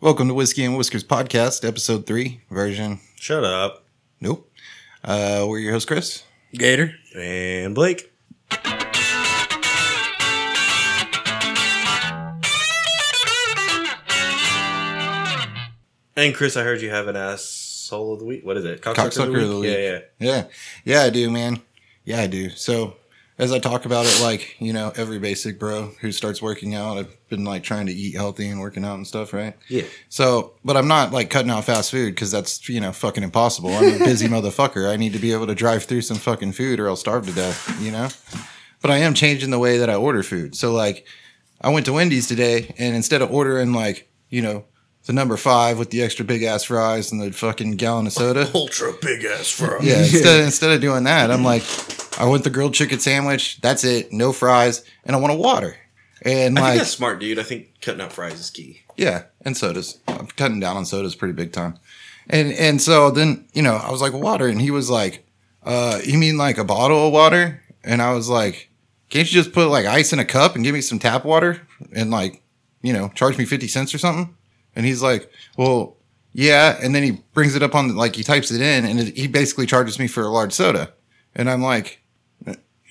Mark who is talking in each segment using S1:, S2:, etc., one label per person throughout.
S1: Welcome to Whiskey and Whiskers Podcast, Episode 3, version.
S2: Shut up.
S1: Nope. Uh, we're your host, Chris.
S3: Gator.
S2: And Blake. And Chris, I heard you have an asshole of the week. What is it?
S1: Cocksucker of the week.
S2: Yeah, yeah.
S1: Yeah. Yeah, I do, man. Yeah, I do. So, as I talk about it, like, you know, every basic bro who starts working out, I've been like trying to eat healthy and working out and stuff, right?
S2: Yeah.
S1: So, but I'm not like cutting out fast food because that's, you know, fucking impossible. I'm a busy motherfucker. I need to be able to drive through some fucking food or I'll starve to death, you know? But I am changing the way that I order food. So, like, I went to Wendy's today and instead of ordering, like, you know, the number five with the extra big ass fries and the fucking gallon of soda.
S2: Ultra big ass fry.
S1: Yeah, instead, instead of doing that, I'm like, I want the grilled chicken sandwich. That's it. No fries. And I want a water. And
S2: I think
S1: like,
S2: that's smart, dude. I think cutting out fries is key.
S1: yeah, and sodas. I'm cutting down on sodas pretty big time. And and so then, you know, I was like, water. And he was like, uh, you mean like a bottle of water? And I was like, can't you just put like ice in a cup and give me some tap water and like, you know, charge me 50 cents or something? And he's like, well, yeah. And then he brings it up on, like, he types it in and it, he basically charges me for a large soda. And I'm like,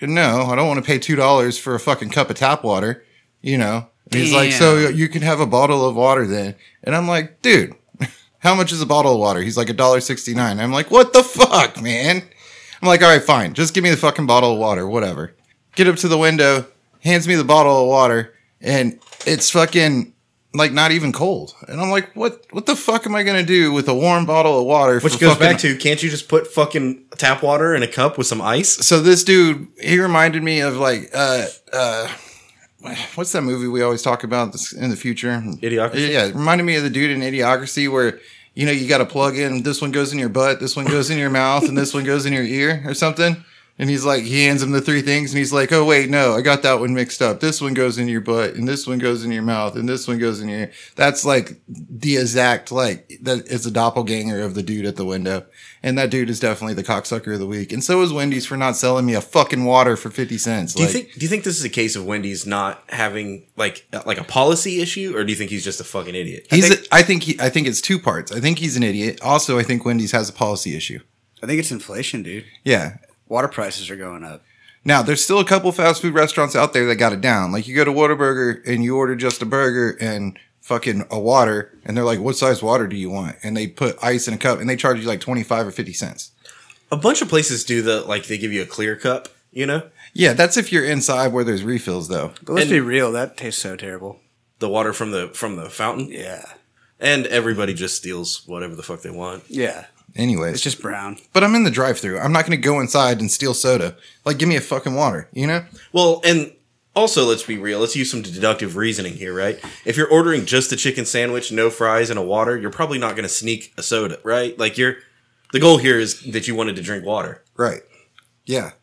S1: no, I don't want to pay $2 for a fucking cup of tap water, you know? And he's like, so you can have a bottle of water then. And I'm like, dude, how much is a bottle of water? He's like, $1.69. I'm like, what the fuck, man? I'm like, all right, fine. Just give me the fucking bottle of water, whatever. Get up to the window, hands me the bottle of water, and it's fucking like not even cold. And I'm like, what what the fuck am I gonna do with a warm bottle of water?
S2: Which goes back to can't you just put fucking tap water in a cup with some ice?
S1: so this dude, he reminded me of like uh uh what's that movie we always talk about this in the future?
S2: Idiocracy?
S1: Yeah, it reminded me of the dude in Idiocracy where you know you got to plug in. This one goes in your butt. This one goes in your mouth, and this one goes in your ear or something. And he's like, he hands him the three things, and he's like, oh wait, no, I got that one mixed up. This one goes in your butt, and this one goes in your mouth, and this one goes in your. ear. That's like the exact like that is a doppelganger of the dude at the window, and that dude is definitely the cocksucker of the week. And so is Wendy's for not selling me a fucking water for fifty cents.
S2: Do you think do you think this is a case of Wendy's not having like like a policy issue, or do you think he's just a fucking idiot?
S1: He's.
S2: I
S1: I
S2: think,
S1: think, I think he. I think it's two parts. I think he's an idiot. Also, I think Wendy's has a policy issue.
S3: I think it's inflation, dude.
S1: Yeah.
S3: Water prices are going up.
S1: Now there's still a couple fast food restaurants out there that got it down. Like you go to Whataburger and you order just a burger and fucking a water, and they're like, "What size water do you want?" And they put ice in a cup, and they charge you like twenty five or fifty cents.
S2: a bunch of places do the like they give you a clear cup, you know,
S1: Yeah, that's if you're inside where there's refills, though.
S3: But let's
S2: And-
S3: be real, that tastes so terrible.
S2: the water from the from the fountain,
S3: Yeah.
S2: and everybody just steals whatever the fuck they want.
S3: Yeah.
S1: Anyways,
S3: It's just brown.
S1: but I'm in the drive-through. I'm not gonna go inside and steal soda. Like, give me a fucking water, you know?
S2: Well, and also let's be real. Let's use some deductive reasoning here, right? If you're ordering just a chicken sandwich, no fries, and a water, you're probably not going to sneak a soda, right? Like you're the goal here is that you wanted to drink water.
S1: Right? Yeah,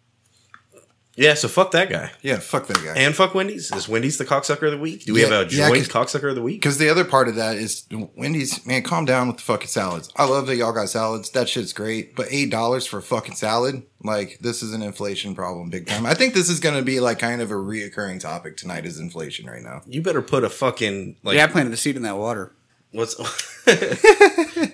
S2: Yeah, so fuck that guy.
S1: yeah. Fuck that guy.
S2: And fuck Wendy's. Is Wendy's the cocksucker of the week? Do we
S1: Yeah,
S2: have a
S1: yeah,
S2: joint cocksucker of the week?
S1: Because the other part of that is Wendy's, man, calm down with the fucking salads. I love that y'all got salads. That shit's great. But $8 for a fucking salad, like, this is an inflation problem big time. I think this is going to be, like, kind of a reoccurring topic tonight is inflation right now.
S2: You better put a fucking like
S3: yeah, I planted the seed in that water.
S2: what's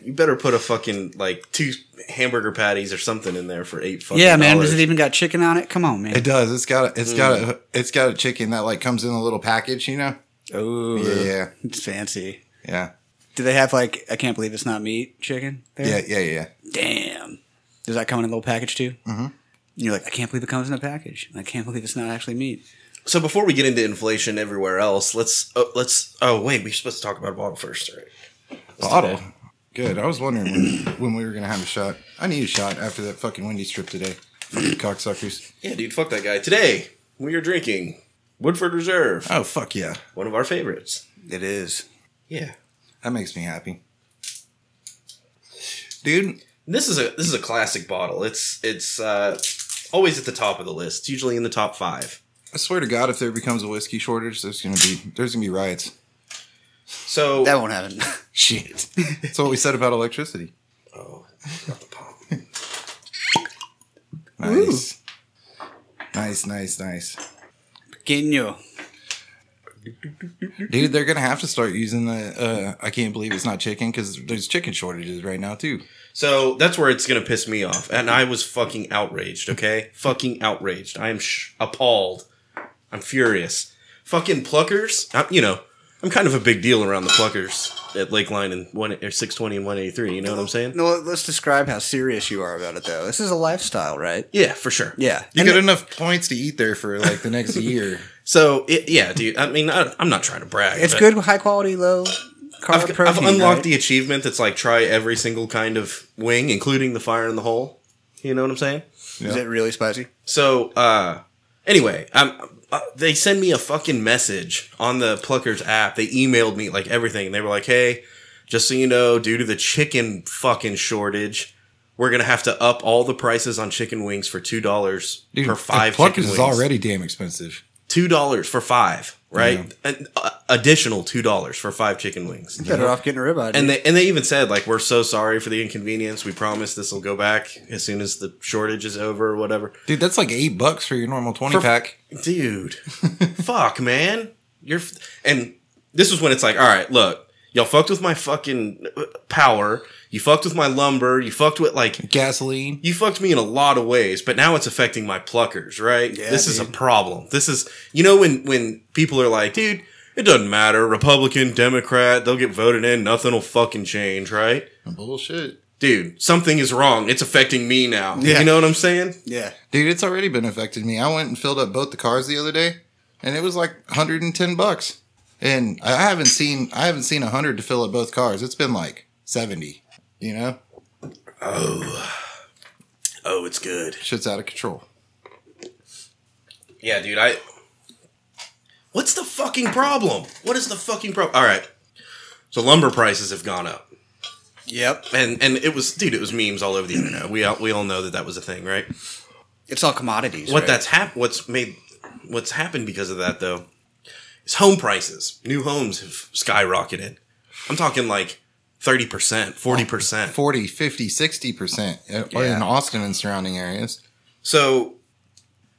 S2: You better put a fucking like two hamburger patties or something in there for eight fucking
S3: Yeah, man. Does
S2: dollars.
S3: it even got chicken on it? Come on,
S1: It
S3: man.
S1: does. It's got a, it's got a, it's got a chicken that, like, comes in a little package, you know?
S3: Oh,
S1: Yeah.
S3: It's fancy.
S1: Yeah.
S3: Do they have like I can't believe it's not meat chicken? There?
S1: Yeah. Yeah. Yeah.
S3: Damn. Does that come in a little package too? Mm-hmm. You're like, I can't believe it comes in a package. I can't believe it's not actually meat.
S2: So before we get into inflation everywhere else, let's oh, let's oh wait, we're supposed to talk about a bottle first, right? Let's do
S1: Bottle.
S2: that.
S1: Oh, Good. I was wondering when, when we were going to have a shot. I need a shot after that fucking Wendy's trip today. Fucking cocksuckers.
S2: Yeah, dude, fuck that guy. Today we are drinking Woodford Reserve,
S1: Oh, fuck yeah.
S2: one of our favorites.
S3: It is.
S2: Yeah,
S1: That makes me happy. Dude,
S2: this is a this is a classic bottle. It's it's uh, always at the top of the list. It's usually in the top five.
S1: I swear to God, if there becomes a whiskey shortage, there's gonna be there's gonna be riots.
S2: So
S3: That won't happen.
S1: Shit. That's what we said about electricity.
S2: oh, I forgot the pop.
S1: Nice. Nice, nice, nice.
S3: Pequeño.
S1: Dude, they're gonna have to start using the. Uh, I can't believe it's not chicken because there's chicken shortages right now too.
S2: So that's where it's gonna piss me off, and I was fucking outraged. Okay, fucking outraged. I am sh- appalled. I'm furious. Fucking pluckers. I'm, you know, I'm kind of a big deal around the pluckers at Lake Line and one or six twenty and one eighty three. You know what I'm saying?
S3: No, let- let's describe how serious you are about it, though. This is a lifestyle, right?
S2: Yeah, for sure.
S3: Yeah.
S1: You
S3: And
S1: got enough points to eat there for like the next year.
S2: So it, yeah, dude. I mean, I, I'm not trying to brag.
S3: It's
S2: but
S3: good, high quality, low
S2: I've,
S3: carb protein.
S2: I've unlocked
S3: right?
S2: the achievement that's like try every single kind of wing, including the fire in the hole. You know what I'm saying?
S3: Is it really spicy?
S2: So, uh, anyway, um, uh, they send me a fucking message on the Pluckers app. They emailed me like everything. They were like, hey, just so you know, due to the chicken fucking shortage, we're going to have to up all the prices on chicken wings for $2
S1: Dude,
S2: per five
S1: the Pluckers
S2: chicken
S1: is
S2: wings.
S1: already damn expensive.
S2: $2 for five, right? An uh, additional $2 for five chicken wings.
S3: Better off getting a ribeye. dude.
S2: And they and they even said like we're so sorry for the inconvenience. We promise this will go back as soon as the shortage is over or whatever.
S1: Dude, that's like eight bucks for your normal twenty
S2: For-
S1: pack.
S2: Dude, fuck, man, you're f- and this is when it's like, all right, look, y'all fucked with my fucking uh, power. You fucked with my lumber. You fucked with like
S1: Gasoline.
S2: you fucked me in a lot of ways, but now it's affecting my pluckers, right?
S3: Yeah,
S2: this is a
S3: dude.
S2: problem. This is you know when when people are like, dude, it doesn't matter, Republican, Democrat, they'll get voted in, nothing will fucking change, right?
S1: Bullshit.
S2: dude, something is wrong. It's affecting me now.
S3: Yeah.
S2: You know what I'm saying?
S3: yeah.
S1: Dude, it's already been affected me. I went and filled up both the cars the other day, and it was like 110 bucks. And I haven't seen I haven't seen 100 to fill up both cars. It's been like 70. You know,
S2: Oh, it's good.
S1: shit's out of control.
S2: Yeah, dude, I What's the fucking problem? What is the fucking problem? All right. So lumber prices have gone up.
S3: Yep.
S2: And and it was dude, it was memes all over the internet. We all, we all know that that was a thing, right?
S3: It's all commodities.
S2: What
S3: right?
S2: that's hap- what's made what's happened because of that though is home prices. New homes have skyrocketed. I'm talking like 30%, 40%.
S1: 40, 50, 60% uh,
S3: Yeah.
S1: in Austin and surrounding areas.
S2: So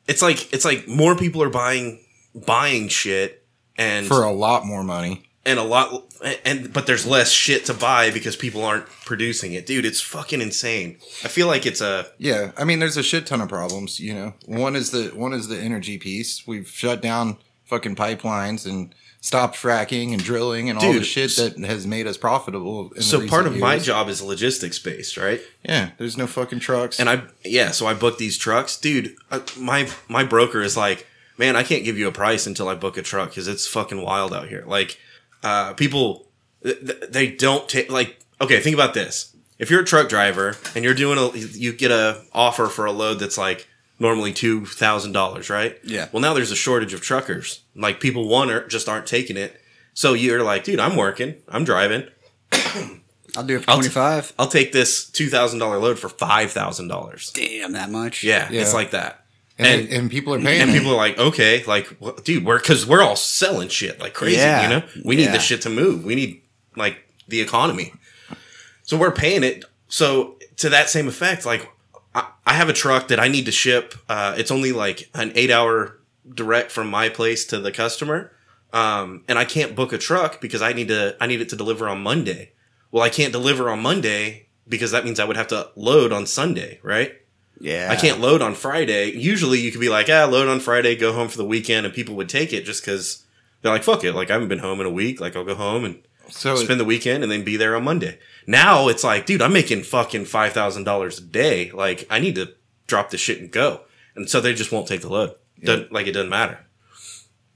S2: it's like it's like more people are buying buying shit and
S1: for a lot more money.
S2: and a lot and but there's less shit to buy because people aren't producing it. Dude, it's fucking insane. I feel like it's a
S1: Yeah, I mean, there's a shit ton of problems. You know, one is the one is the energy piece. We've shut down fucking pipelines and stopped fracking and drilling and all the
S2: Dude,
S1: shit that has made us profitable. In the
S2: so part
S1: recent
S2: of my
S1: years.
S2: job is logistics based, right?
S1: yeah, there's no fucking trucks.
S2: And I yeah, so I book these trucks, dude. Uh, my my broker is like, man, I can't give you a price until I book a truck because it's fucking wild out here. Like, uh, people th- th- they don't take like okay, think about this. If you're a truck driver and you're doing a you get a offer for a load that's like normally two thousand dollars, right?
S3: Yeah.
S2: Well, now there's a shortage of truckers. Like people want or just aren't taking it. So you're like, dude, I'm working, I'm driving.
S3: I'll do it for
S2: I'll t-
S3: 25.
S2: I'll take this two thousand dollar load for five thousand dollars.
S3: Damn, that much?
S2: Yeah,
S1: Yeah.
S2: it's like that.
S1: and,
S2: and-
S1: and people are paying.
S2: And
S1: it.
S2: people are like, okay, like, wha- dude, we're because we're all selling shit like crazy.
S3: Yeah.
S2: You know, we need
S3: Yeah.
S2: this shit to move. We need like the economy. So we're paying it. So to that same effect, like, I, I have a truck that I need to ship. Uh, it's only like an eight hour direct from my place to the customer, um, and I can't book a truck because I need to. I need it to deliver on Monday. Well, I can't deliver on Monday because that means I would have to load on Sunday, right?
S3: Yeah.
S2: I can't load on Friday. Usually you could be like, ah, load on Friday, go home for the weekend, and people would take it just because they're like, fuck it. Like, I haven't been home in a week. Like, I'll go home and
S1: so it-
S2: spend the weekend and then be there on Monday. Now it's like, dude, I'm making fucking $5,000 a day. Like, I need to drop this shit and go. And so they just won't take the load. Doesn't, like, it doesn't matter.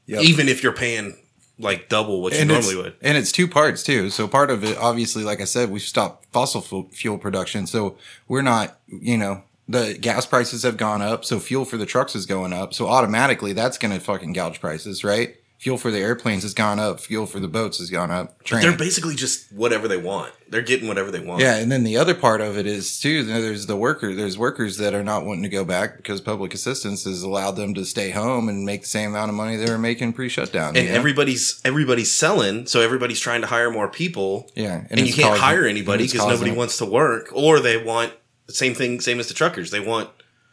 S1: Yep.
S2: Even if you're paying like double what you
S1: and
S2: normally
S1: it's,
S2: would.
S1: And it's two parts too. So part of it, obviously, like I said, we've stopped fossil fu- fuel production. So we're not, you know, the gas prices have gone up. So fuel for the trucks is going up. So automatically that's going to fucking gouge prices, right? Fuel for the airplanes has gone up. Fuel for the boats has gone up. Train.
S2: They're basically just whatever they want. They're getting whatever they want.
S1: Yeah, and then the other part of it is too. There's the worker. There's workers that are not wanting to go back because public assistance has allowed them to stay home and make the same amount of money they were making pre-shutdown.
S2: And
S1: you know?
S2: everybody's everybody's selling, so everybody's trying to hire more people.
S1: yeah,
S2: and, you
S1: it's
S2: can't
S1: causing-
S2: hire
S1: and
S2: anybody
S1: it's
S2: because nobody
S1: causing-
S2: wants to work, or they want the same thing, same as the truckers. They want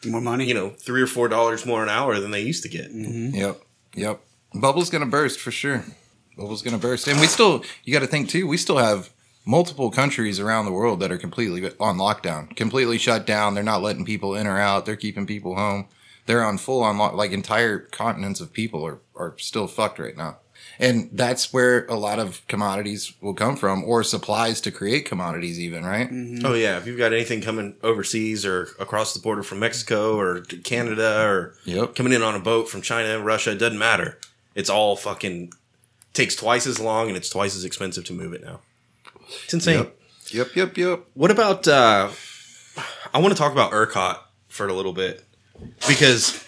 S3: More money?
S1: Mm-hmm.
S2: you know three or four dollars more an hour than they used to get.
S1: Yep, yep. Bubble's gonna burst for sure. Bubble's gonna burst, and we still you got to think too. We still have multiple countries around the world that are completely on lockdown, completely shut down. They're not letting people in or out. They're keeping people home. They're on full on lock. Like entire continents of people are are still fucked right now. And that's where a lot of commodities will come from, or supplies to create commodities, even right?
S2: Oh yeah, if you've got anything coming overseas or across the border from Mexico or to Canada or
S1: Yep.
S2: coming in on a boat from China, Russia, it doesn't matter. It's all fucking takes twice as long and it's twice as expensive to move it now. It's insane.
S1: Yep. Yep. Yep. Yep.
S2: What about uh I want to talk about ERCOT for a little bit because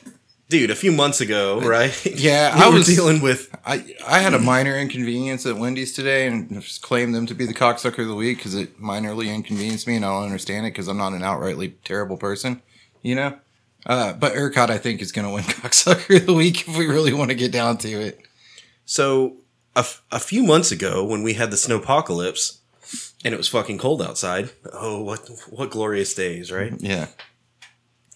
S2: dude, a few months ago, right?
S1: Yeah,
S2: I
S1: I
S2: was
S1: was-
S2: dealing with
S1: I, I had a minor inconvenience at Wendy's today and just claimed them to be the cocksucker of the week because it minorly inconvenienced me and I don't understand it because I'm not an outrightly terrible person, you know? Uh, but ERCOT, I think, is going to win cocksucker of the week if we really want to get down to it.
S2: So a, f- a few months ago, when we had the snowpocalypse, and it was fucking cold outside. Oh, what what glorious days, right?
S1: Yeah.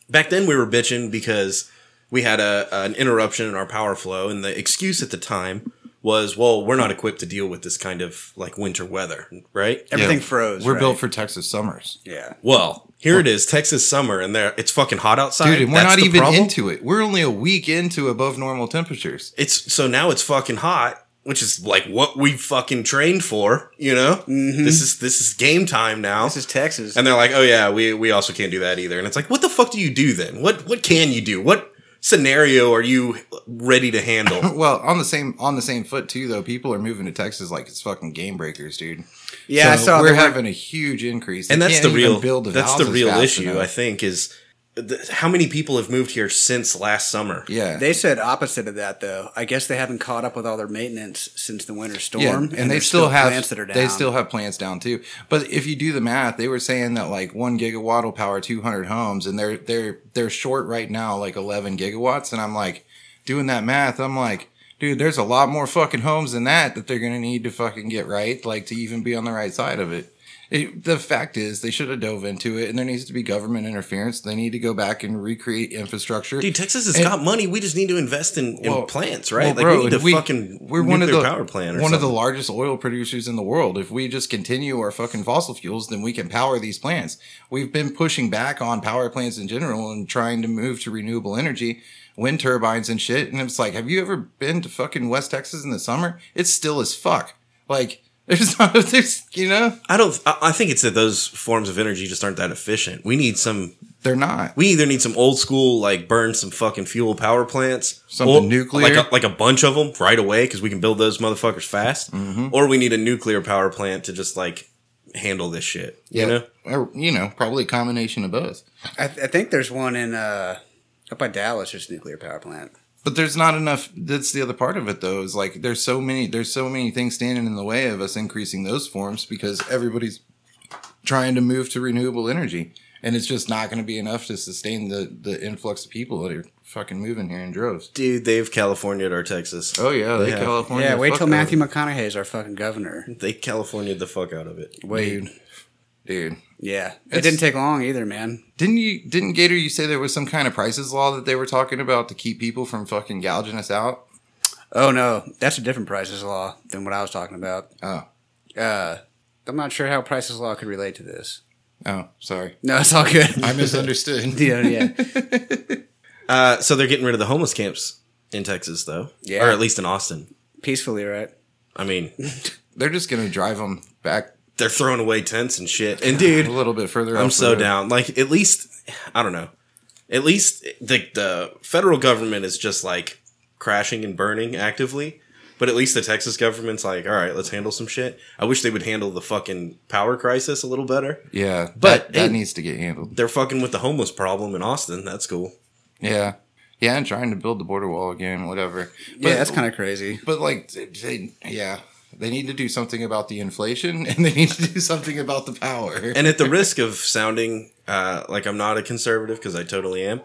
S2: Back then, we were bitching because we had a an interruption in our power flow, and the excuse at the time was, "Well, we're not equipped to deal with this kind of like winter weather, right?"
S3: Everything
S1: Yeah.
S3: froze.
S1: We're
S3: right?
S1: built for Texas summers.
S3: Yeah.
S2: Well, here it is, Texas summer, and there it's fucking hot outside.
S1: Dude, and we're
S2: That's
S1: not
S2: the
S1: even
S2: problem.
S1: into it. We're only a week into above normal temperatures.
S2: it's so now it's fucking hot, which is like what we fucking trained for, you know.
S1: Mm-hmm.
S2: This is this is game time now.
S3: This is Texas.
S2: And they're like, "Oh yeah, we we also can't do that either." And it's like, "What the fuck do you do then? What what can you do? What scenario are you ready to handle?"
S1: Well, on the same on the same foot too, though, people are moving to Texas like it's fucking game breakers, dude.
S3: yeah, I
S1: So
S3: saw
S1: we're
S3: that.
S1: having a huge increase, They
S2: and that's
S1: can't
S2: the
S1: even
S2: real
S1: build
S2: that's the
S1: houses
S2: real
S1: fast
S2: issue,
S1: enough.
S2: I think, is th- how many people have moved here since last summer.
S1: Yeah.
S3: They said opposite of that though. I guess they haven't caught up with all their maintenance since the winter storm,
S1: yeah, and, they
S3: there's
S1: still, have
S3: plants that are down.
S1: they still have plants down too. But if you do the math, they were saying that like one gigawatt will power two hundred homes, and they're they're they're short right now like eleven gigawatts. And I'm like doing that math. I'm like, dude, there's a lot more fucking homes than that that they're gonna need to fucking get right, like to even be on the right side of it. It, the fact is, they should have dove into it, and there needs to be government interference. They need to go back and recreate infrastructure.
S2: Dude, Texas has
S1: And-
S2: got money. We just need to invest in, in
S1: Well,
S2: plants, right?
S1: well, bro,
S2: like we need
S1: if
S2: to
S1: we-
S2: fucking
S1: we're one of the
S2: nuclear power plant or
S1: one of the
S2: something.
S1: largest oil producers in the world. If we just continue our fucking fossil fuels, then we can power these plants. We've been pushing back on power plants in general and trying to move to renewable energy, wind turbines and shit. And it's like, have you ever been to fucking West Texas in the summer? It's still as fuck. Like there's not there's you know
S2: I don't. I, I think it's that those forms of energy just aren't that efficient. We need some
S1: they're not.
S2: we either need some old school like burn some fucking fuel power plants
S1: Something nuclear?
S2: like a, like a bunch of them right away because we can build those motherfuckers fast
S1: Mm-hmm.
S2: or we need a nuclear power plant to just like handle this shit you know
S1: Or, you know, probably a combination of both.
S3: I, I think there's one in uh, up by Dallas. There's a nuclear power plant.
S1: But there's not enough. That's the other part of it, though. Is like there's so many there's so many things standing in the way of us increasing those forms because everybody's trying to move to renewable energy, and it's just not going to be enough to sustain the the influx of people that are fucking moving here in droves.
S2: dude they've california'd our texas
S1: Oh yeah, they
S2: Yeah.
S1: California.
S3: Yeah, wait
S1: fuck
S3: till
S1: out.
S3: Matthew McConaughey's our fucking governor.
S2: they california'd the fuck out of it
S3: Wait,
S1: dude.
S3: yeah, it
S1: It's-
S3: didn't take long either, man.
S1: Didn't you? Didn't Gator? You say there was some kind of prices law that they were talking about to keep people from fucking gouging us out.
S3: Oh no, that's a different prices law than what I was talking about.
S1: Oh,
S3: Uh, I'm not sure how prices law could relate to this.
S1: oh, sorry,
S3: No, it's all good.
S1: I misunderstood.
S3: yeah, yeah.
S2: uh, so they're getting rid of the homeless camps in texas though
S3: Yeah.
S2: or at least in austin
S3: Peacefully, right?
S2: i mean
S1: They're just gonna drive them back
S2: they're throwing away tents and shit and
S1: a
S2: dude
S1: little bit further.
S2: I'm
S1: off the
S2: so
S1: road.
S2: down. Like at least I don't know. At least the the federal government is just like crashing and burning actively. But at least the Texas government's like, all right, let's handle some shit. I wish they would handle the fucking power crisis a little better.
S1: Yeah, that,
S2: But
S1: that
S2: it-
S1: needs to get handled.
S2: They're fucking with the homeless problem in Austin. That's cool.
S1: Yeah, yeah, and trying to build the border wall again, whatever. But,
S3: yeah, that's kind of crazy.
S1: But like, they, they- yeah, they need to do something about the inflation, and they need to do something about the power.
S2: And at the risk of sounding uh, like I'm not a conservative because I totally am,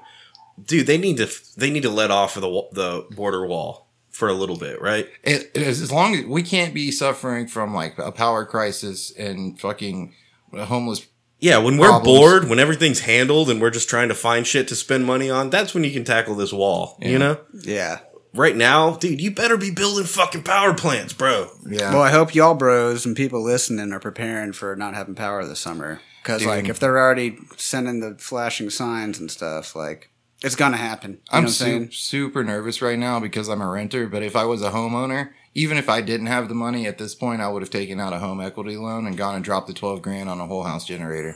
S2: dude, they need to they need to let off of the wa- the border wall for a little bit, right?
S1: It- it is- as long as we can't be suffering from like a power crisis and fucking homeless.
S2: Yeah, when we're
S1: problems.
S2: bored, when everything's handled and we're just trying to find shit to spend money on, that's when you can tackle this wall, you know?
S3: Yeah,
S2: right now, dude, you better be building fucking power plants, bro.
S1: Yeah.
S3: Well, I hope y'all bros and people listening are preparing for not having power this summer. Because
S1: Dude.
S3: like, if they're already sending the flashing signs and stuff, like it's gonna happen. You
S1: I'm,
S3: know what I'm
S1: su-
S3: saying?
S1: super nervous right now because I'm a renter. But if I was a homeowner, even if I didn't have the money at this point, I would have taken out a home equity loan and gone and dropped the 12 grand on a whole house generator.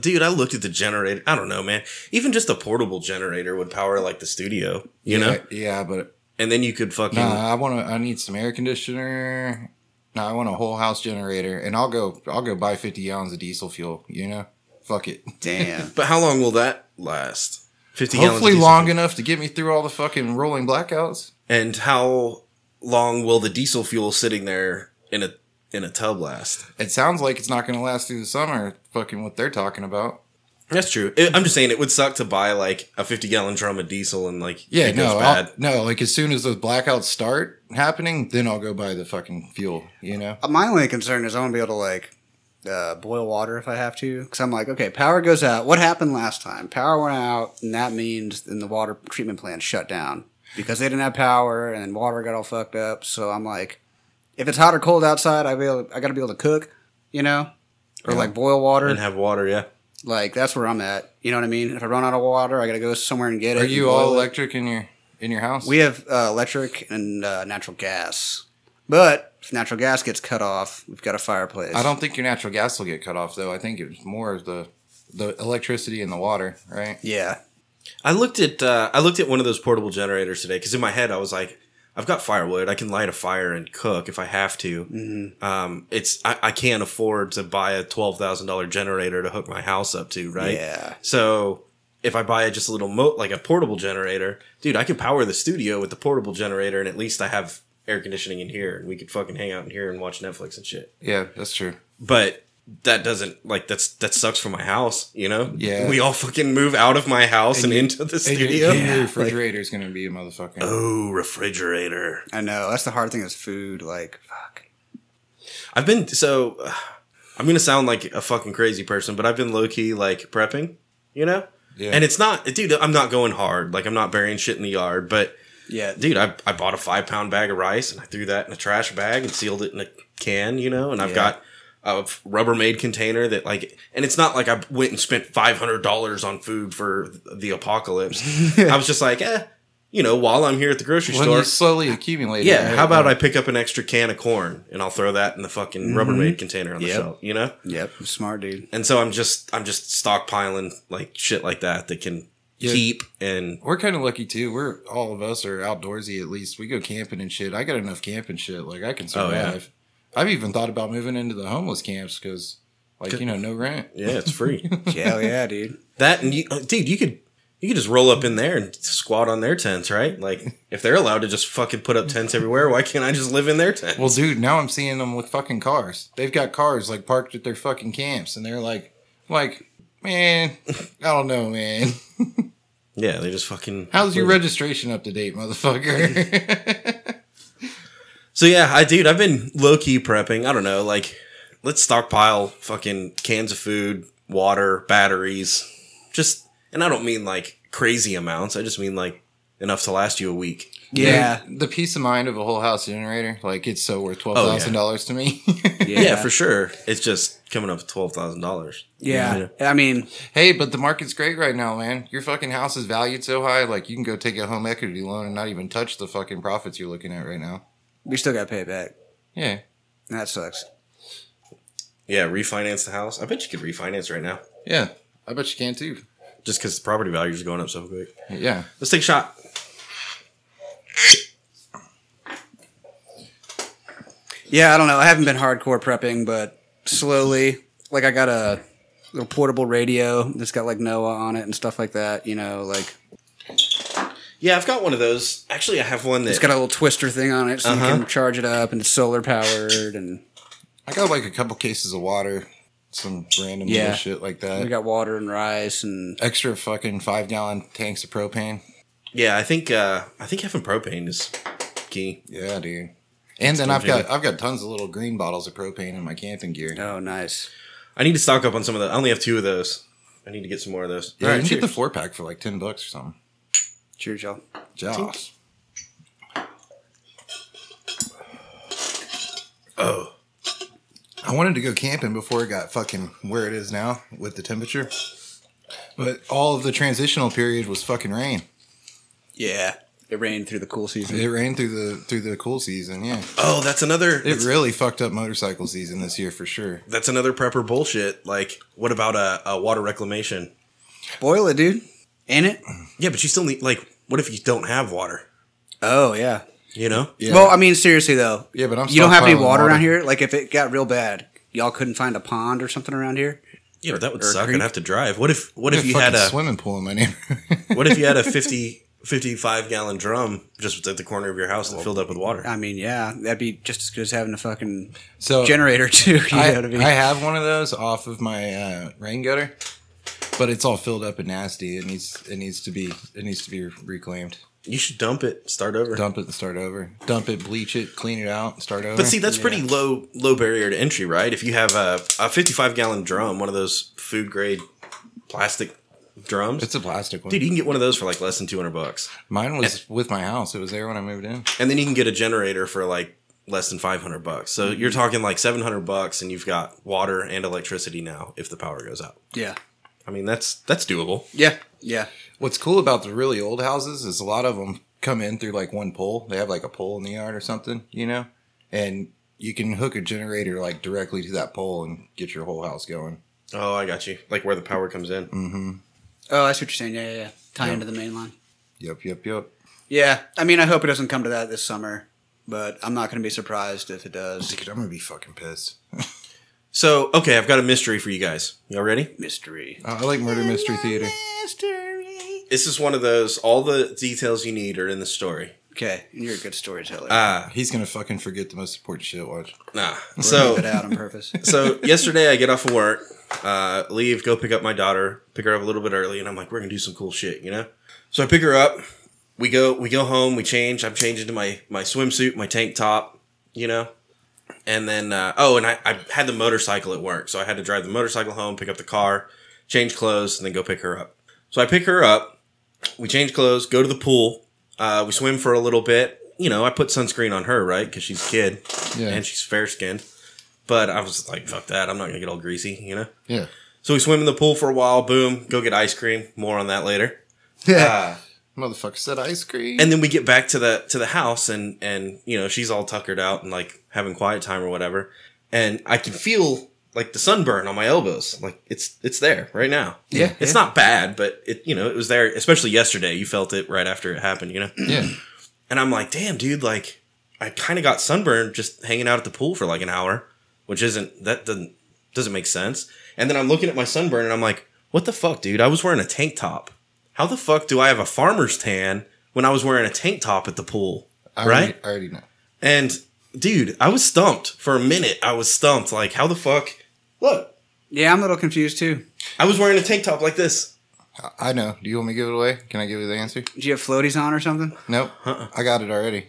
S2: Dude, I looked at the generator. I don't know, man. Even just a portable generator would power like the studio,
S1: yeah,
S2: you know?
S1: Yeah, but
S2: And then you could fucking.
S1: nah, I want to. I need some air conditioner. No, I want a whole house generator, and I'll go. I'll go buy 50 gallons of diesel fuel. You know, fuck it.
S3: Damn.
S2: But how long will that last? 50 gallons of
S1: Hopefully,
S2: diesel
S1: long
S2: fuel.
S1: enough to get me through all the fucking rolling blackouts.
S2: And how long will the diesel fuel sitting there in a in a tub last?
S1: It sounds like it's not going to last through the summer. Fucking what they're talking about.
S2: That's true. I- I'm just saying it would suck to buy like a 50 gallon drum of diesel and like
S1: Yeah,
S2: it
S1: no,
S2: goes
S1: I'll-
S2: bad.
S1: no. Like as soon as those blackouts start happening, then I'll go buy the fucking fuel. You know,
S3: My only concern is I want to be able to like uh, boil water if I have to. Because I'm like, okay, power goes out. What happened last time? Power went out, and that means then the water treatment plant shut down because they didn't have power, and then water got all fucked up. So I'm like, if it's hot or cold outside, I be able, I gotta be able to cook, you know, or like boil water.
S2: and have water, yeah.
S3: Like that's where I'm at. You know what I mean? If I run out of water, I gotta go somewhere and get it.
S1: are
S3: and
S1: you
S3: boil
S1: all
S3: it.
S1: electric in your in your house?
S3: We have uh, electric and uh, natural gas, but if natural gas gets cut off, we've got a fireplace.
S1: I don't think your natural gas will get cut off though. I think it's more of the the electricity and the water, right?
S3: Yeah,
S2: I looked at uh, I looked at one of those portable generators today because in my head I was like, I've got firewood. I can light a fire and cook if I have to.
S1: Mm-hmm.
S2: Um, it's I, I can't afford to buy a twelve thousand dollar generator to hook my house up to, right?
S3: Yeah.
S2: So if I buy just a little mo like a portable generator, dude, I can power the studio with the portable generator, and at least I have air conditioning in here, and we could fucking hang out in here and watch Netflix and shit.
S1: Yeah, that's true.
S2: But that doesn't like that's that sucks for my house, you know.
S1: Yeah.
S2: we all fucking move out of my house and, into the
S1: And your-
S2: studio.
S1: and your refrigerator is going to be a motherfucker.
S2: Oh, refrigerator.
S3: I know. That's the hard thing is food. Like fuck.
S2: I've been so uh, I'm gonna sound like a fucking crazy person, but I've been low key like prepping, you know.
S1: Yeah.
S2: And it's not, dude. I'm not going hard. Like I'm not burying shit in the yard, but
S3: Yeah,
S2: dude, I I bought a five pound bag of rice and I threw that in a trash bag and sealed it in a can, you know. And I've
S3: Yeah.
S2: got a f- Rubbermaid container that like, and it's not like I went and spent five hundred dollars on food for the apocalypse. I was just like, eh, you know, while I'm here at the grocery
S1: when
S2: store,
S1: you slowly accumulate. it,
S2: Yeah,
S1: right?
S2: how about I pick up an extra can of corn and I'll throw that in the fucking Rubbermaid container on the
S3: Yep.
S2: shelf, you know?
S3: Yep. Smart dude.
S2: And so I'm just I'm just stockpiling like shit like that that can
S1: Yeah.
S2: keep and
S1: We're kind of lucky too. We're all of us are outdoorsy at least. We go camping and shit. I got enough camping shit. Like I can
S2: Oh, yeah.
S1: survive. I've even thought about moving into the homeless camps because, like you know, no rent.
S2: yeah, it's free.
S3: Hell yeah, dude.
S2: that and you, uh, dude, you could you could just roll up in there and squat on their tents, right? Like if they're allowed to just fucking put up tents everywhere, why can't I just live in their tent?
S1: Well, dude, now I'm seeing them with fucking cars. They've got cars like parked at their fucking camps, and they're like, like, man, I don't know, man.
S2: yeah, they just fucking
S1: How's your registration up to date, motherfucker?
S2: So yeah, I dude, I've been low key prepping. I don't know, like let's stockpile fucking cans of food, water, batteries. Just and I don't mean like crazy amounts. I just mean like enough to last you a week.
S3: Yeah. Oh,
S1: Dude, the peace of mind of a whole house generator, like it's so worth twelve thousand dollars to me.
S3: Yeah.
S2: Yeah, for sure. It's just coming up to twelve thousand dollars.
S3: Yeah. I mean,
S1: hey, but the market's great right now, man. Your fucking house is valued so high, like you can go take a home equity loan and not even touch the fucking profits you're looking at right now.
S3: we still got to pay it back.
S1: Yeah,
S3: That sucks.
S2: Yeah, refinance the house. I bet you could refinance right now.
S1: yeah. I bet you can too.
S2: Just because the property values are going up so quick.
S1: Yeah.
S2: Let's take a shot.
S3: Yeah, I don't know. I haven't been hardcore prepping, but slowly, like I got a little portable radio that's got like Noah on it and stuff like that. You know, like
S2: Yeah, I've got one of those. Actually, I have one that
S3: it's got a little twister thing on it, so you
S2: Uh-huh.
S3: can charge it up, and it's solar powered, and
S1: I got like a couple cases of water, some random
S3: Yeah.
S1: little shit like that.
S3: we got water and rice, and
S1: Extra fucking five gallon tanks of propane.
S2: yeah, I think uh I think having propane is key.
S1: Yeah, dude. And then I've
S2: legit.
S1: got I've got tons of little green bottles of propane in my camping gear.
S3: oh, nice.
S2: I need to stock up on some of those. I only have two of those. I need to get some more of those.
S1: Yeah,
S2: All
S1: you
S2: right,
S1: can get the
S2: cheers.
S1: four pack for like ten bucks or something.
S3: Cheers, y'all.
S1: Josh.
S2: Oh,
S1: I wanted to go camping before it got fucking where it is now with the temperature. But all of the transitional period was fucking rain.
S3: Yeah. It rained through the cool season.
S1: It rained through the through the cool season, yeah.
S2: oh, that's another.
S1: It really fucked up motorcycle season this year for sure.
S2: that's another prepper bullshit. Like, what about a, a water reclamation?
S3: Boil it, dude. In it?
S2: Yeah, but you still need like, what if you don't have water?
S3: Oh yeah.
S2: You know,
S1: Yeah.
S3: Well, I mean, seriously though.
S1: Yeah, but I'm
S3: you don't have any
S1: stockpiling
S3: water,
S1: water.
S3: around here. Like if it got real bad, y'all couldn't find a pond or something around here.
S2: yeah, but that would
S3: or a
S2: suck.
S3: creek.
S2: I'd have to drive. What if what if
S1: Fucking
S2: you had a
S1: swimming pool in my neighborhood.
S2: what if you had a 50, 55 gallon drum just at the corner of your house and filled up with water?
S3: I mean, yeah, that'd be just as good as having a fucking
S1: so
S3: generator too. You
S1: I,
S3: know what Oh. I mean?
S1: I have one of those off of my uh, rain gutter, but it's all filled up and nasty. It needs it needs to be it needs to be reclaimed.
S2: You should dump it, start over.
S1: Dump it and start over. Dump it, bleach it, clean it out, start over.
S2: But see, that's pretty low low barrier to entry, right? If you have a, a fifty five gallon drum, one of those food grade plastic drums,
S1: it's a plastic one.
S2: dude, you can get one of those for like less than two hundred bucks,
S1: Mine was with my house. It was there when I moved in.
S2: and then you can get a generator for like less than five hundred bucks. So you're talking like seven hundred bucks, and you've got water and electricity now if the power goes out.
S3: yeah,
S2: I mean, that's that's doable.
S3: yeah, yeah.
S1: What's cool about the really old houses is a lot of them come in through like one pole. They have like a pole in the yard or something, you know, and you can hook a generator like directly to that pole and get your whole house going.
S2: Oh, I got you. Like where the power comes in.
S3: Oh, I see what you're saying. Yeah, yeah, yeah. Tie into the main line.
S1: Yep, yep, yep.
S3: Yeah, I mean, I hope it doesn't come to that this summer, but I'm not going to be surprised if it does.
S1: Dude, I'm gonna be fucking pissed.
S2: So, okay, I've got a mystery for you guys. Y'all ready?
S3: Oh, Mystery.
S1: Uh, I like murder mystery theater.
S3: Mystery.
S2: This is one of those. All the details you need are in the story.
S3: Okay, and you're a good storyteller.
S2: Ah,
S1: He's gonna fucking forget the most important shit. Watch.
S2: nah.
S3: so
S2: So,
S3: it out on purpose.
S2: so yesterday I get off of work, uh, leave, go pick up my daughter, pick her up a little bit early, and I'm like, we're gonna do some cool shit, you know. So I pick her up. We go, we go home. We change. I'm changing to my my swimsuit, my tank top, you know. And then uh, oh, and I, I had the motorcycle at work, so I had to drive the motorcycle home, pick up the car, change clothes, and then go pick her up. So I pick her up. We change clothes, go to the pool. Uh, we swim for a little bit. You know, I put sunscreen on her, right? Because she's a kid
S1: Yeah,
S2: and she's fair skinned. But I was like, fuck that. I'm not going to get all greasy, you know?
S1: yeah.
S2: So we swim in the pool for a while. Boom. Go get ice cream. More on that later. Uh,
S1: Motherfucker said ice cream.
S2: and then we get back to the to the house and and you know she's all tuckered out and like having quiet time or whatever and i can feel like the sunburn on my elbows like it's it's there right now
S1: Yeah,
S2: it's not bad but it you know it was there especially yesterday you felt it right after it happened you know
S1: yeah,
S2: and I'm like, damn, dude, like I kind of got sunburned just hanging out at the pool for like an hour, which isn't that doesn't doesn't make sense. And then I'm looking at my sunburn and I'm like, what the fuck, dude? I was wearing a tank top. How the fuck do I have a farmer's tan when I was wearing a tank top at the pool?
S1: I
S2: right?
S1: Already, I already know.
S2: And dude, I was stumped for a minute. I was stumped. Like, how the fuck? Look,
S3: yeah, I'm a little confused too.
S2: I was wearing a tank top like this.
S1: I- I know. Do you want me to give it away? Can I give you the answer?
S3: Do you have floaties on or something?
S1: Nope.
S2: Uh-uh.
S1: I got it already.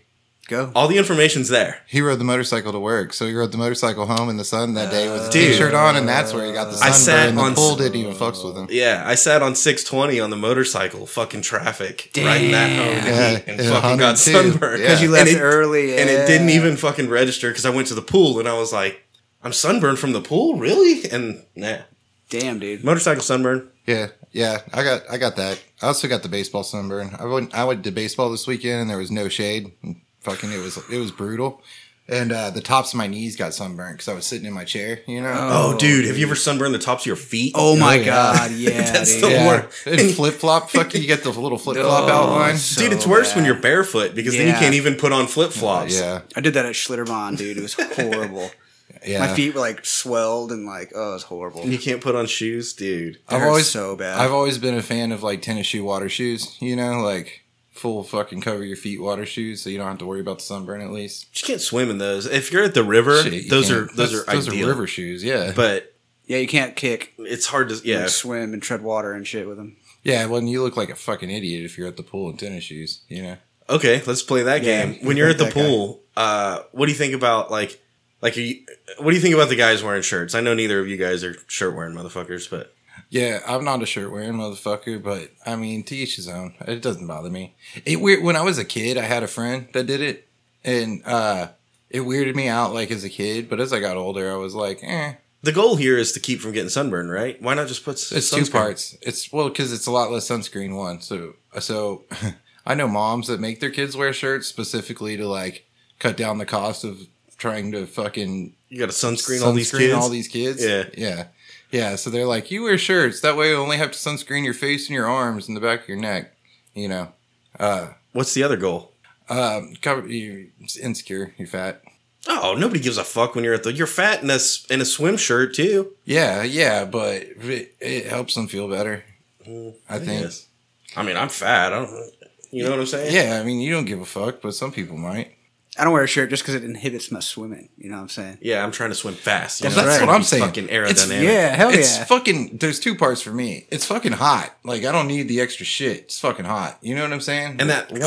S3: Go.
S2: All the information's there.
S1: He rode the motorcycle to work, so he rode the motorcycle home in the sun that day with a
S2: Dude.
S1: t-shirt on, and that's where he got the
S2: I
S1: sunburn.
S2: sat
S1: the
S2: on
S1: pool
S2: s-
S1: didn't even fucks with him.
S2: Yeah, I sat on 620 on the motorcycle, fucking traffic, riding that home in the
S1: Yeah,
S2: heat and
S1: in
S2: fucking got
S1: 102.
S2: sunburned.
S1: Yeah. 'Cause
S3: You left
S2: and it,
S3: early,
S2: and
S3: yeah.
S2: it didn't even fucking register because I went to the pool and I was like, "I'm sunburned from the pool, really?" And nah,
S3: Damn, dude.
S2: motorcycle sunburn.
S1: Yeah, yeah, I got, I got that. I also got the baseball sunburn. I went, I went to baseball this weekend, and there was no shade. And fucking, it was, it was brutal. And uh, the tops of my knees got sunburned because I was sitting in my chair. You know,
S2: Oh, dude, have you ever sunburned the tops of your feet?
S3: Oh my
S1: yeah.
S3: god, yeah.
S2: That's
S3: dude.
S2: the
S1: yeah.
S2: work.
S1: and flip flop. Fuck, you get the little flip
S2: Oh,
S1: flop outline.
S3: so-
S2: dude, it's worse
S3: bad.
S2: when you're barefoot because then you
S3: Yeah.
S2: can't even put on flip flops.
S1: Yeah,
S3: I did that at Schlitterbahn, dude. It was horrible.
S1: yeah.
S3: My feet were like swelled and like, oh, it was horrible.
S2: you can't put on shoes, dude.
S3: I've always
S1: always-
S3: so bad.
S1: I've always been a fan of like tennis shoe water shoes. You know, like full fucking cover your feet water shoes, so you don't have to worry about the sunburn at least.
S2: You can't swim in those. If you're at the river,
S1: Shit, you
S2: those
S1: can't-
S2: are those
S1: that's-
S2: are ideal.
S1: river shoes. Yeah,
S2: But
S3: yeah, you can't kick,
S2: it's hard to yeah.
S3: like, swim, and tread water and shit with them.
S1: yeah. Well, you look like a fucking idiot if you're at the pool in tennis shoes. You know.
S2: Okay, let's play that
S3: Yeah,
S2: game.
S3: we
S2: When you're at
S3: played
S2: the
S3: that guy.
S2: pool, uh, what do you think about like, like, are you, what do you think about the guys wearing shirts? I know neither of you guys are shirt wearing motherfuckers, but
S1: Yeah, I'm not a shirt wearing motherfucker, but I mean, to each his own. It doesn't bother me. It weird when I was a kid, I had a friend that did it, and uh, it weirded me out like as a kid. But as I got older, I was like, eh,
S2: The goal here is to keep from getting sunburned, right? Why not just put s-
S1: it's two
S2: sunscreen?
S1: parts. It's well because it's a lot less sunscreen. One, so so I know moms that make their kids wear shirts specifically to like cut down the cost of trying to fucking
S2: You got to sunscreen, all these
S1: sunscreen
S2: kids.
S1: all these kids.
S2: Yeah.
S1: yeah, yeah. So they're like, you wear shirts that way. You only have to sunscreen your face and your arms and the back of your neck. You know, Uh,
S2: What's the other goal?
S1: um, cover you it's insecure. You're fat.
S2: Oh, nobody gives a fuck when you're at the. You're fat in a s- in a swim shirt too.
S1: Yeah, yeah, but it, it helps them feel better. I think.
S2: Yes. I mean, I'm fat. I don't. You know what I'm saying?
S1: Yeah, I mean, you don't give a fuck, but some people might.
S3: I don't wear a shirt just because it inhibits my swimming. You know what I'm saying?
S2: Yeah, I'm trying to swim fast. you
S1: That's,
S2: know?
S3: right.
S2: Trying
S1: what
S2: to
S1: I'm
S2: be
S1: saying.
S2: Fucking
S1: It's-
S2: aerodynamic.
S3: Yeah, hell
S1: it's
S3: yeah.
S1: fucking. There's two parts for me. It's fucking hot. Like I don't need the extra shit. It's fucking hot. You know what I'm saying?
S2: And that
S1: one.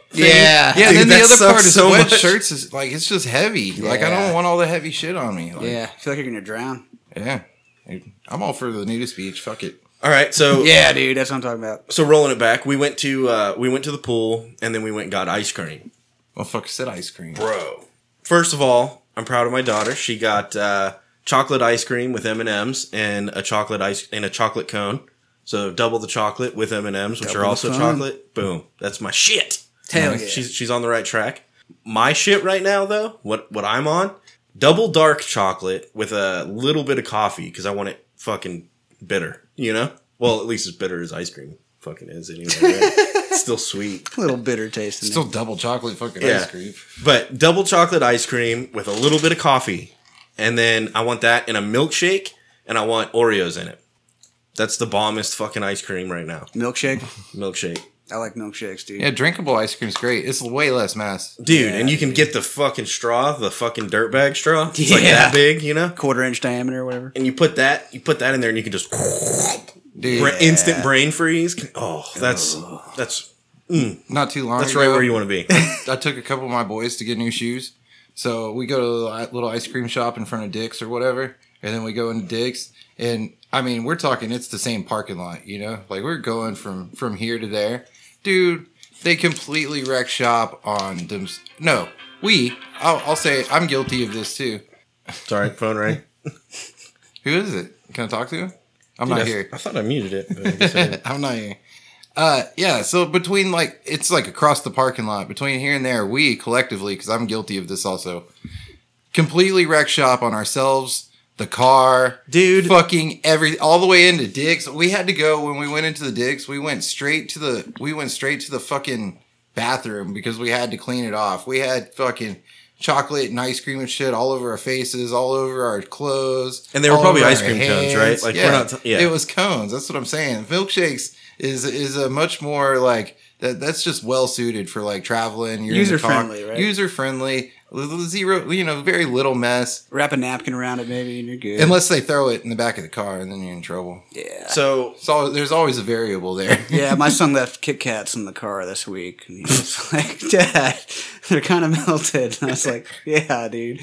S3: yeah,
S1: Yeah,
S2: Dude,
S1: and then
S2: that
S1: the other
S2: sucks
S1: part is
S2: so
S1: wet
S2: much.
S1: shirts is like it's just heavy. Like I
S3: Yeah.
S1: don't want all the heavy shit on me. Like,
S3: yeah. I feel like you're gonna drown.
S1: yeah. I'm all for the nudist beach. Fuck it.
S2: All right. So
S3: Yeah, dude, that's what I'm talking about.
S2: So rolling it back, we went to uh, we went to the pool and then we went and got ice cream,
S1: Motherfucker Oh, said ice cream.
S2: bro. First of all, I'm proud of my daughter. She got uh, chocolate ice cream with M and M's and a chocolate ice and a chocolate cone. So double the chocolate with M and M's, which
S3: Double
S2: are
S3: the
S2: also
S3: fun.
S2: chocolate. Boom, that's my shit.
S3: Hell
S1: Nice.
S3: yeah.
S2: She's she's on the right track. My shit right now though, what what I'm on, double dark chocolate with a little bit of coffee because I want it fucking bitter. You know, well at least as bitter as ice cream fucking is anyway. right? it's still sweet.
S3: a little bitter taste. In
S1: Still double chocolate fucking
S2: Yeah.
S1: ice cream.
S2: But double chocolate ice cream with a little bit of coffee. And then I want that in a milkshake and I want Oreos in it. That's the bombest fucking ice cream right now.
S3: there. milkshake.
S2: Milkshake.
S3: I like milkshakes, dude.
S1: Yeah, drinkable ice cream's great. It's way less mass.
S2: Dude, and you can get the fucking straw, the fucking dirtbag straw. It's like
S3: Yeah.
S2: that big, you know?
S3: Quarter inch diameter or whatever.
S2: And you put that, you put that in there and you can just
S1: Dude,
S2: bra- instant brain freeze. Oh, that's that's
S1: not too long
S2: that's
S1: ago,
S2: right where you want to be.
S1: I took a couple of my boys to get new shoes. So we go to the li- little ice cream shop in front of Dick's or whatever, and then we go into Dick's. And I mean, we're talking it's the same parking lot, you know? Like we're going from from here to there. Dude, they completely wreck shop on them. No, we. I'll, I'll say I'm guilty of this too.
S2: Sorry, phone rang.
S1: Who is it? Can I talk to him? I'm
S2: Dude, I,
S1: not here.
S2: I thought I muted it. But I guess I didn't.
S1: I'm not here. Uh, yeah. So between like it's like across the parking lot between here and there, we collectively, because I'm guilty of this also, completely wreck shop on ourselves, the car,
S2: Dude.
S1: fucking every all the way into Dick's. We had to go when we went into the Dick's. We went straight to the we went straight to the fucking bathroom because we had to clean it off. We had fucking chocolate and ice cream and shit all over our faces, all over our clothes.
S2: And they were
S1: all
S2: probably
S1: over
S2: ice
S1: our
S2: cream cones, right? Like, we're
S1: yeah.
S2: not t- yeah.
S1: It was cones. That's what I'm saying. Milkshakes is is a much more like that. That's just well suited for like traveling. You're in the car.
S3: User-friendly, right?
S1: User friendly. Zero, you know, very little mess.
S3: Wrap a napkin around it, maybe, and you're good.
S1: Unless they throw it in the back of the car, and then you're in trouble.
S3: yeah.
S2: So
S1: So there's always a variable there.
S3: Yeah, my son left Kit Kats in the car this week, and he was like, "Dad, they're kind of melted." And I was like, "Yeah, dude,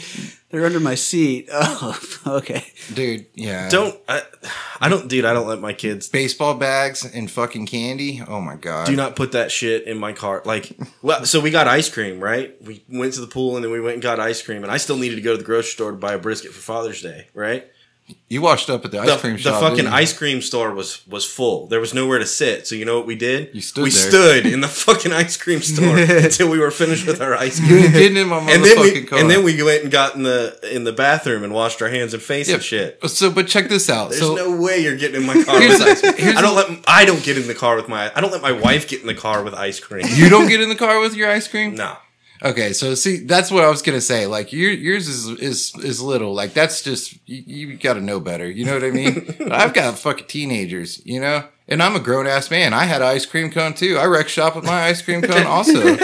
S3: they're under my seat." Oh, okay.
S1: dude. Yeah.
S2: don't I, I don't dude, I don't let my kids
S1: baseball bags and fucking candy. Oh my god.
S2: do not put that shit in my car. Like, well, so we got ice cream, right? We went to the pool and then we went and got ice cream, and I still needed to go to the grocery store to buy a brisket for Father's Day, right?
S1: you washed up at the ice
S2: The,
S1: cream
S2: the
S1: shop.
S2: fucking
S1: didn't you?
S2: ice cream store was was full. There was nowhere to sit, so you know what we did?
S1: You stood
S2: we
S1: there.
S2: stood in the fucking ice cream store until we were finished with our ice cream.
S1: Didn't in my motherfucking
S2: And then we
S1: car.
S2: and then we went and got in the in the bathroom and washed our hands and face and shit.
S1: So, but check this out.
S2: There's
S1: so
S2: no way you're getting in my car
S1: Here's-
S2: with ice cream.
S1: here's
S2: I don't let I don't get in the car with my I don't let my wife get in the car with ice cream.
S1: you don't get in the car with your ice cream.
S2: no.
S1: Okay, so see, that's what I was gonna say. Like your, yours is is is little. Like that's just you, you got to know better. You know what I mean? I've got fucking teenagers. You know, and I'm a grown ass man. I had an ice cream cone too. I wreck shop with my ice cream cone also.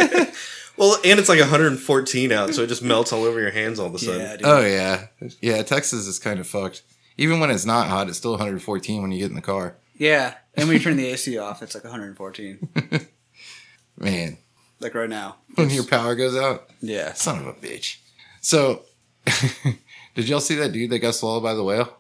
S2: Well, and it's like 114 out, so it just melts all over your hands all of a sudden.
S3: Yeah, dude.
S1: Oh yeah, yeah. Texas is kind of fucked. Even when it's not hot, it's still 114 when you get in the car.
S3: yeah. And when you turn the AC off, it's like 114,
S1: Man,
S3: like right now.
S1: when your power goes out,
S3: Yeah.
S1: son of a bitch. So, did y'all see that dude that got swallowed by the whale?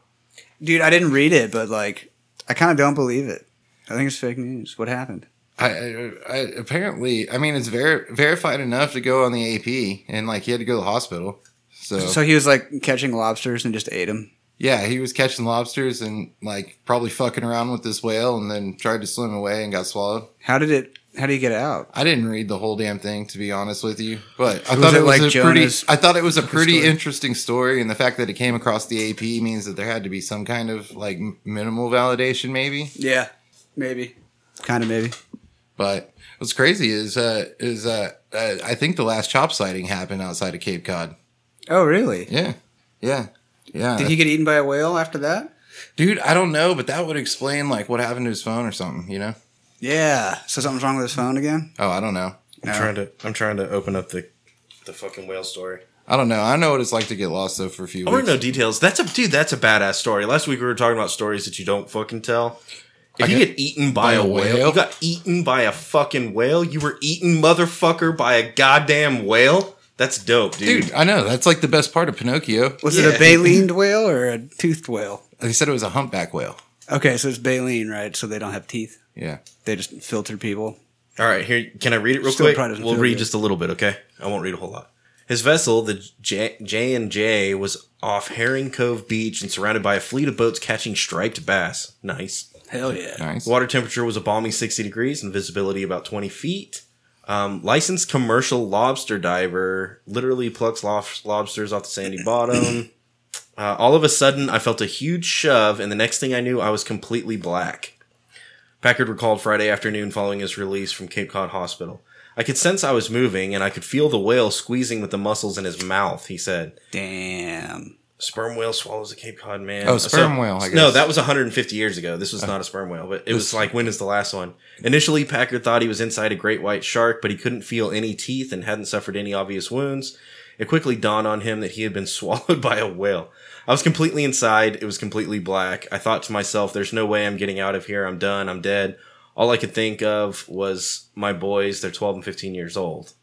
S3: Dude, I didn't read it, but like I kind of don't believe it. I think it's fake news. What happened?
S1: I, I, I apparently, I mean, it's ver- verified enough to go on the AP, and like he had to go to the hospital. So,
S3: So he was like catching lobsters and just ate them.
S1: yeah, he was catching lobsters and like probably fucking around with this whale, and then tried to swim away and got swallowed.
S3: How did it? How do you get out?
S1: I didn't read the whole damn thing to be honest with you, but I
S3: Was
S1: thought
S3: it
S1: it was
S3: like
S1: a pretty.
S3: Jonah's
S1: I thought it was a pretty
S3: story?
S1: interesting story, and the fact that it came across the AP means that there had to be some kind of like m- minimal validation, maybe.
S3: Yeah, maybe. Kind of maybe.
S1: But what's crazy is uh, is uh, uh, I think the last chop sighting happened outside of Cape Cod.
S3: Oh really?
S1: Yeah, yeah, yeah.
S3: Did he get eaten by a whale after that?
S1: Dude, I don't know, but that would explain like what happened to his phone or something. You know?
S3: Yeah. So something's wrong with his phone again.
S1: Oh, I don't know.
S2: I'm
S3: No.
S2: trying to I'm trying to open up the the fucking whale story.
S1: I don't know. I know what it's like to get lost though for a few
S2: I want
S1: weeks.
S2: to know details. That's a dude. That's a badass story. Last week we were talking about stories that you don't fucking tell. If
S1: I
S2: you
S1: get-
S2: get eaten by, a whale, you got eaten by a fucking whale. You were eaten, motherfucker, by a goddamn whale. That's dope, dude.
S1: Dude, I know. That's like the best part of Pinocchio.
S3: Was it
S2: Yeah.
S3: a baleen whale or a toothed whale?
S1: They said it was a humpback whale.
S3: Okay, so it's baleen, right? So they don't have teeth.
S1: Yeah.
S3: They just filter people.
S2: All right, here. Can I read it real
S3: Still
S2: quick?
S3: probably doesn't
S2: We'll
S3: feel
S2: read
S3: good.
S2: just a little bit, okay? I won't read a whole lot. His vessel, the J J and J, was off Herring Cove Beach and surrounded by a fleet of boats catching striped bass. Nice.
S3: Hell yeah.
S1: Nice.
S2: Water temperature was a balmy 60 degrees and visibility about 20 feet. Um, licensed commercial lobster diver literally plucks lob- lobsters off the sandy bottom. Uh, all of a sudden, I felt a huge shove, and the next thing I knew, I was completely black. Packard recalled Friday afternoon following his release from Cape Cod Hospital. I could sense I was moving, and I could feel the whale squeezing with the muscles in his mouth, he said.
S3: Damn.
S2: Sperm whale swallows a Cape Cod man.
S1: Oh, sperm whale, I
S2: No,
S1: guess. Oh.
S2: that was 150 years ago. This was not a sperm whale, but it was like when is the last one? Initially, Packard thought he was inside a great white shark, but he couldn't feel any teeth and hadn't suffered any obvious wounds. It quickly dawned on him that he had been swallowed by a whale. I was completely inside. It was completely black. I thought to myself, "There's no way I'm getting out of here. I'm done. I'm dead." All I could think of was my boys. They're 12 and 15 years old.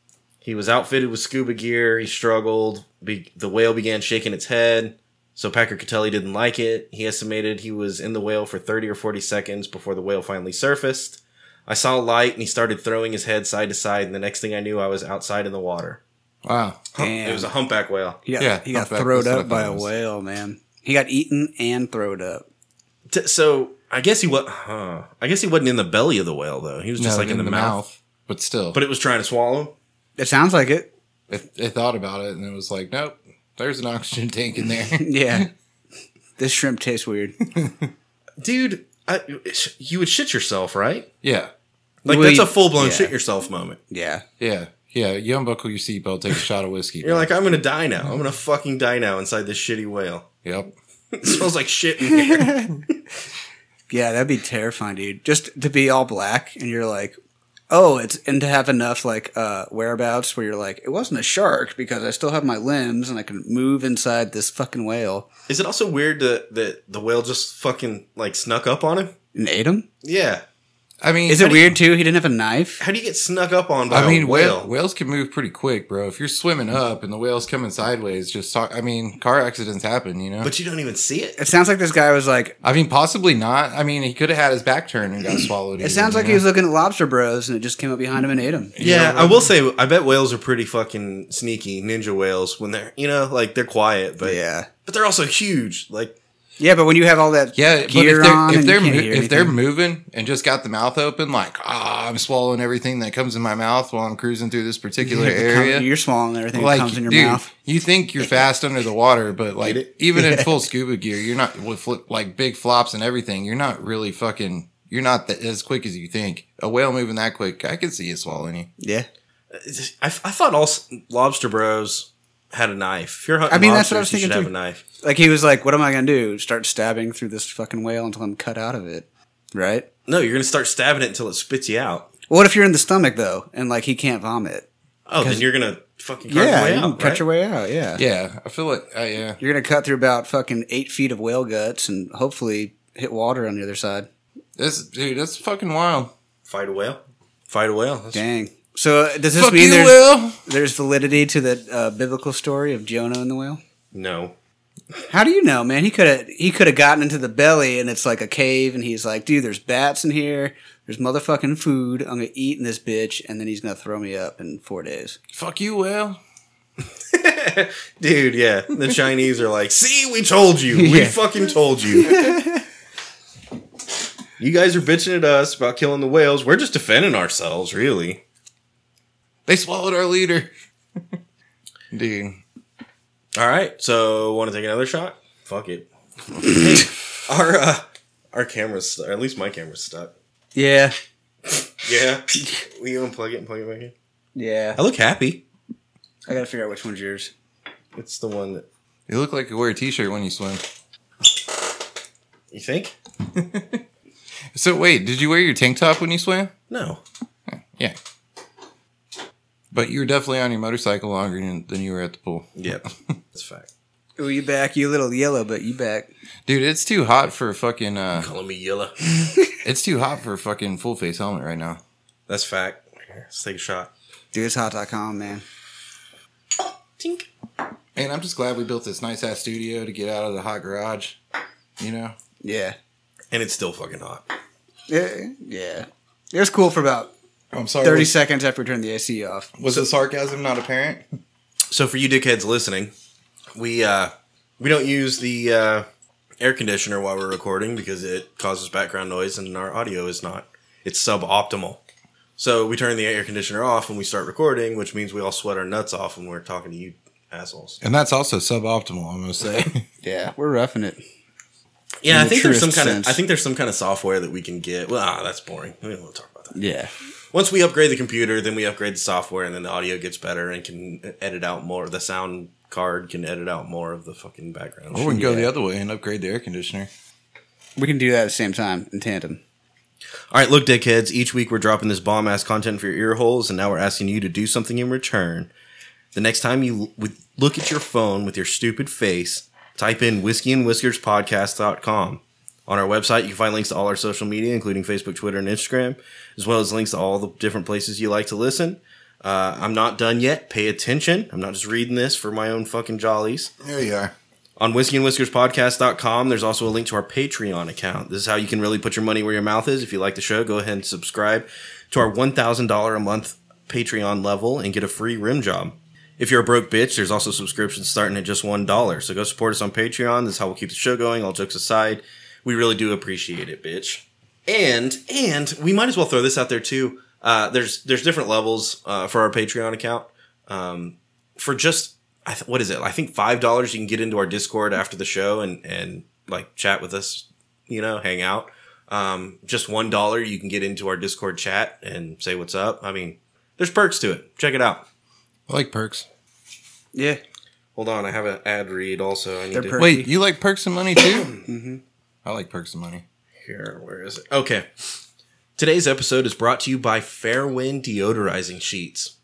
S2: He was outfitted with scuba gear. He struggled. Be- the whale began shaking its head. So Packer could tell he didn't like it. He estimated he was in the whale for 30 or 40 seconds before the whale finally surfaced. I saw light and he started throwing his head side to side, and the next thing I knew, I was outside in the water.
S1: Wow.
S3: Damn.
S2: It was a humpback whale.
S3: He got,
S1: Yeah,
S3: he got
S1: humpback.
S3: throwed
S1: That's what
S3: up
S1: I
S3: by
S1: thought
S3: a
S1: it was.
S3: whale, man. He got eaten and throwed up.
S2: T- so I guess he was. Huh. I guess he wasn't in the belly of the whale though. He was just
S1: No,
S2: like in the, mouth.
S1: But still.
S2: but it was trying to swallow him.
S3: It sounds like it.
S1: it, it thought about it and it was like, nope, there's an oxygen tank in there.
S3: Yeah. this shrimp tastes weird.
S2: Dude, I, you would shit yourself, right?
S1: yeah.
S2: Like
S3: Well,
S2: that's
S3: you-
S2: a full blown
S3: yeah.
S2: shit yourself moment.
S3: Yeah.
S1: Yeah. Yeah. You unbuckle your seatbelt, take a shot of whiskey.
S2: You're like, I'm gonna die now. I'm gonna fucking die now inside this shitty whale.
S1: yep.
S2: It smells like shit in here.
S3: Yeah, that'd be terrifying, dude. Just to be all black and you're like, oh, it's and to have enough like uh whereabouts where you're like, it wasn't a shark because I still have my limbs and I can move inside this fucking whale
S2: Is it also weird that that the whale just fucking like snuck up on him?
S3: and ate him.
S2: Yeah.
S1: I mean,
S3: Is it weird too? He didn't have a knife.
S2: How do you get snuck up on by
S1: I mean,
S2: a Oh, whale?
S1: whale, whales can move pretty quick, bro. If you're swimming up and the whale's coming sideways, just talk. I mean, car accidents happen, you know?
S2: But you don't even see it.
S3: It sounds like this guy was like.
S1: I mean, possibly not. I mean, he could have had his back turned and got swallowed.
S3: It sounds like he
S1: you
S3: was
S1: know?
S3: looking at Lobster Bros and it just came up behind him and ate him.
S2: Yeah, I will say I bet whales are pretty fucking sneaky ninja whales when they're you know like they're quiet, but
S3: yeah,
S2: but they're also huge. Like
S3: yeah. But when you have all that
S1: Yeah, but
S3: gear
S1: if they're
S3: on,
S1: if
S3: and
S1: they're
S3: you can't
S1: mo-
S3: hear
S1: if they're
S3: anything.
S1: moving and just got the mouth open, like ah, I'm swallowing everything that comes in my mouth while I'm cruising through this particular area.
S3: you're swallowing everything
S1: like,
S3: that comes in your
S1: dude,
S3: mouth.
S1: you think you're fast under the water, but
S2: Get
S1: like
S2: it?
S1: even in full scuba gear, you're not with flip, like big flops and everything. You're not really fucking. You're not that, as quick as you think. A whale moving that quick, I can see it swallowing you.
S3: Yeah,
S2: I, I thought all s- lobster bros had a knife. If you're hunting
S3: I mean, that's
S2: lobsters,
S3: what I was
S2: you should
S3: thinking
S2: have a
S3: too.
S2: knife.
S3: Like he was like, "What am I gonna do? Start stabbing through this fucking whale until I'm cut out of it, right?"
S2: No, you're gonna start stabbing it until it spits you out.
S3: Well, What if you're in the stomach though, and like he can't vomit?
S2: Oh, then you're gonna fucking cut your way
S3: you can
S2: out.
S3: cut
S2: right?
S3: your way out. Yeah.
S1: Yeah, I feel like uh, yeah.
S3: you're gonna cut through about fucking eight feet of whale guts and hopefully hit water on the other side.
S1: This dude, that's fucking wild.
S2: Fight a whale. Fight a whale. That's-
S3: Dang. So uh, does this
S1: Fuck
S3: mean
S1: you,
S3: there's
S1: Will.
S3: there's validity to the uh, biblical story of Jonah and the whale?
S2: No.
S3: How do you know, man? He could have he could have gotten into the belly, and it's like a cave, and he's like, dude, there's bats in here. There's motherfucking food. I'm gonna eat in this bitch, and then he's gonna throw me up in four days.
S1: Fuck you, Will.
S2: Dude, yeah. The Chinese are like, see, we told you. We
S3: Yeah.
S2: fucking told you. you guys are bitching at us about killing the whales. We're just defending ourselves, really.
S1: They swallowed our leader. Dude.
S2: All right. So, want to take another shot? Fuck it. Hey, our, uh, our camera's, or at least my camera's stuck.
S3: Yeah,
S2: Yeah. Will you unplug it and plug it back in?
S3: yeah.
S2: I look happy.
S3: I gotta figure out which one's yours.
S2: It's the one that
S1: You look like you wear a t-shirt when you swim.
S2: you think?
S1: So wait, did you wear your tank top when you swam?
S2: No.
S1: Yeah. But you were definitely on your motorcycle longer than than you were at the pool.
S2: Yep. That's a fact.
S3: Ooh, you back? You little yellow, but you back?
S1: Dude, it's too hot for a fucking uh
S2: Calling me yellow.
S1: it's too hot for a fucking full face helmet right now.
S2: That's fact. Here, let's take a shot.
S3: Dude, it's hot.com, man.
S2: Tink.
S1: And I'm just glad we built this nice ass studio to get out of the hot garage. You know?
S3: Yeah,
S2: And it's still fucking hot.
S3: yeah, yeah. It was cool for about
S1: I'm sorry.
S3: thirty seconds after we turned the AC off.
S1: was the sarcasm not apparent?
S2: So for you dickheads listening, we uh we don't use the uh air conditioner while we're recording because it causes background noise and our audio is not it's suboptimal. So we turn the air conditioner off when we start recording, which means we all sweat our nuts off when we're talking to you assholes.
S1: And that's also suboptimal, I'm gonna say.
S3: Yeah, we're roughing it.
S2: Yeah,
S3: In
S2: I
S3: the
S2: think there's some
S3: truest
S2: kind
S3: sense.
S2: of I think there's some kind of software that we can get. Well, ah, that's boring. We don't want to talk about that.
S3: Yeah,
S2: Once we upgrade the computer, then we upgrade the software, and then the audio gets better and can e-, edit out more. The sound card can edit out more of the fucking background.
S1: or we can go the other way Oh, and upgrade the air conditioner.
S3: we can do that at the same time in tandem.
S2: All right, look, dickheads. Each week we're dropping this bomb ass content for your ear holes, and now we're asking you to do something in return. The next time you l- would look at your phone with your stupid face, type in whiskey and whiskers podcast.com. On our website, you can find links to all our social media, including Facebook, Twitter, and Instagram, as well as links to all the different places you like to listen. Uh, I'm not done yet. Pay attention. I'm not just reading this for my own fucking jollies.
S1: There you are.
S2: On whiskeyandwhiskerspodcast.com, there's also a link to our Patreon account. This is how you can really put your money where your mouth is. If you like the show, go ahead and subscribe to our $1,000 a month Patreon level and get a free rim job. If you're a broke bitch, there's also subscriptions starting at just $1. So go support us on Patreon. This is how we'll keep the show going. All jokes aside, we really do appreciate it, bitch. And and we might as well throw this out there too. Uh, there's there's different levels uh, for our Patreon account for just I th- what is it? I think five dollars you can get into our Discord after the show and and like chat with us, you know, hang out. Um, just one dollar you can get into our Discord chat and say what's up. I mean, there's perks to it. Check it out.
S1: I like perks.
S3: Yeah,
S2: Hold on, I have an ad read also. I need
S3: They're
S2: to
S3: per-
S1: Wait, you like perks and money too? mm-hmm. I like perks and money.
S2: here. Where is it? Okay. Today's episode is brought to you by Fairwind Deodorizing Sheets.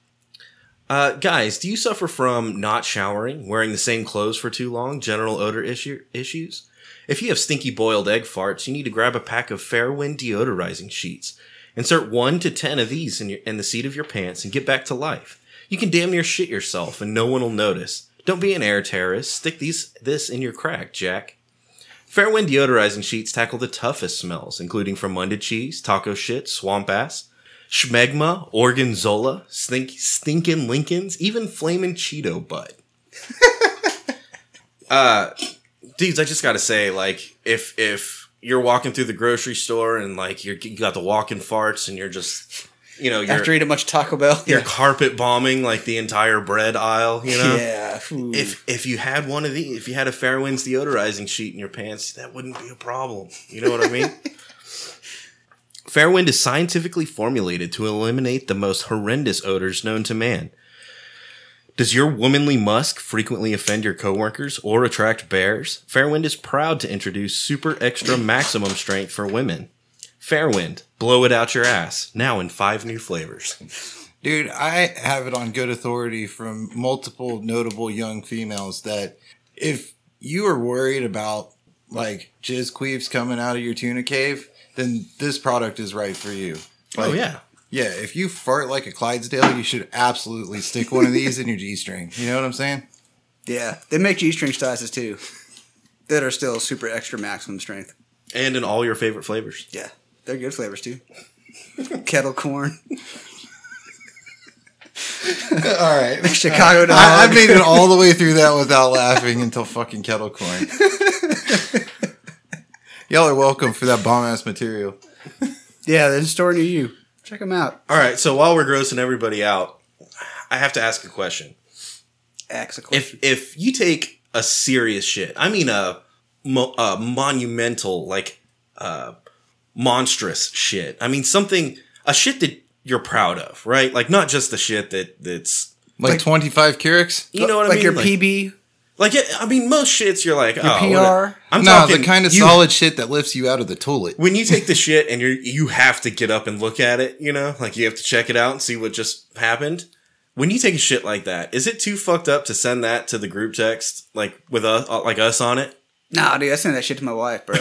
S2: Uh, guys, do you suffer from not showering, wearing the same clothes for too long, general odor issue, issues? If you have stinky boiled egg farts, you need to grab a pack of Fairwind Deodorizing Sheets. Insert one to ten of these in, your, in the seat of your pants and get back to life. You can damn near shit yourself and no one will notice. Don't be an air terrorist. Stick these this in your crack, Jack. Fairwind deodorizing sheets tackle the toughest smells, including fermented cheese, taco shit, swamp ass, schmegma, organzola, stink, stinkin' Lincolns, even flamin' Cheeto butt. uh, dudes, I just gotta say, like, if if you're walking through the grocery store and like you're you got the walking farts and you're just, you know, you're
S3: after eating much Taco Bell.
S2: you're carpet bombing like the entire bread aisle, you know.
S3: yeah. ooh.
S2: If if you had one of these, if you had a Fairwinds deodorizing sheet in your pants, that wouldn't be a problem. You know what I mean? Fairwind is scientifically formulated to eliminate the most horrendous odors known to man. Does your womanly musk frequently offend your coworkers or attract bears? Fairwind is proud to introduce super extra maximum strength for women. Fairwind, blow it out your ass. Now in five new flavors.
S1: Dude, I have it on good authority from multiple notable young females that if you are worried about like jizz queefs coming out of your tuna cave, then this product is right for you. Like,
S2: oh yeah.
S1: Yeah, if you fart like a Clydesdale, you should absolutely stick one of these in your G string. You know what I'm saying?
S3: yeah, they make G-string sizes too. that are still super extra maximum strength.
S2: and in all your favorite flavors.
S3: Yeah, they're good flavors too. Kettle corn,
S1: All right.
S3: Chicago dog.
S1: I, I made it all the way through that without laughing until fucking kettle corn. Y'all are welcome for that bomb ass material.
S3: yeah, they're in store near you. Check them out.
S2: All right, so while we're grossing everybody out, I have to ask a question.
S3: Axe a
S2: If
S3: question.
S2: if you take a serious shit, I mean a, mo- a monumental, like uh, monstrous shit. I mean something a shit that you're proud of, right? Like not just the shit that that's
S1: Like,
S3: Like-
S1: 25 Keurigs?
S2: you know what
S3: Uh, like
S2: I mean.
S3: your
S2: like,
S3: PB,
S2: like yeah, I mean most shits you're like oh,
S3: PR?
S2: whatever." I'm
S1: No,
S2: talking
S1: the kind of
S2: you-
S1: solid shit that lifts you out of the toilet.
S2: when you take the shit and you you have to get up and look at it, you know, like you have to check it out and see what just happened. When you take a shit like that, is it too fucked up to send that to the group text like with us uh, like us on it?
S3: Nah, dude, I sent that shit to my wife, bro.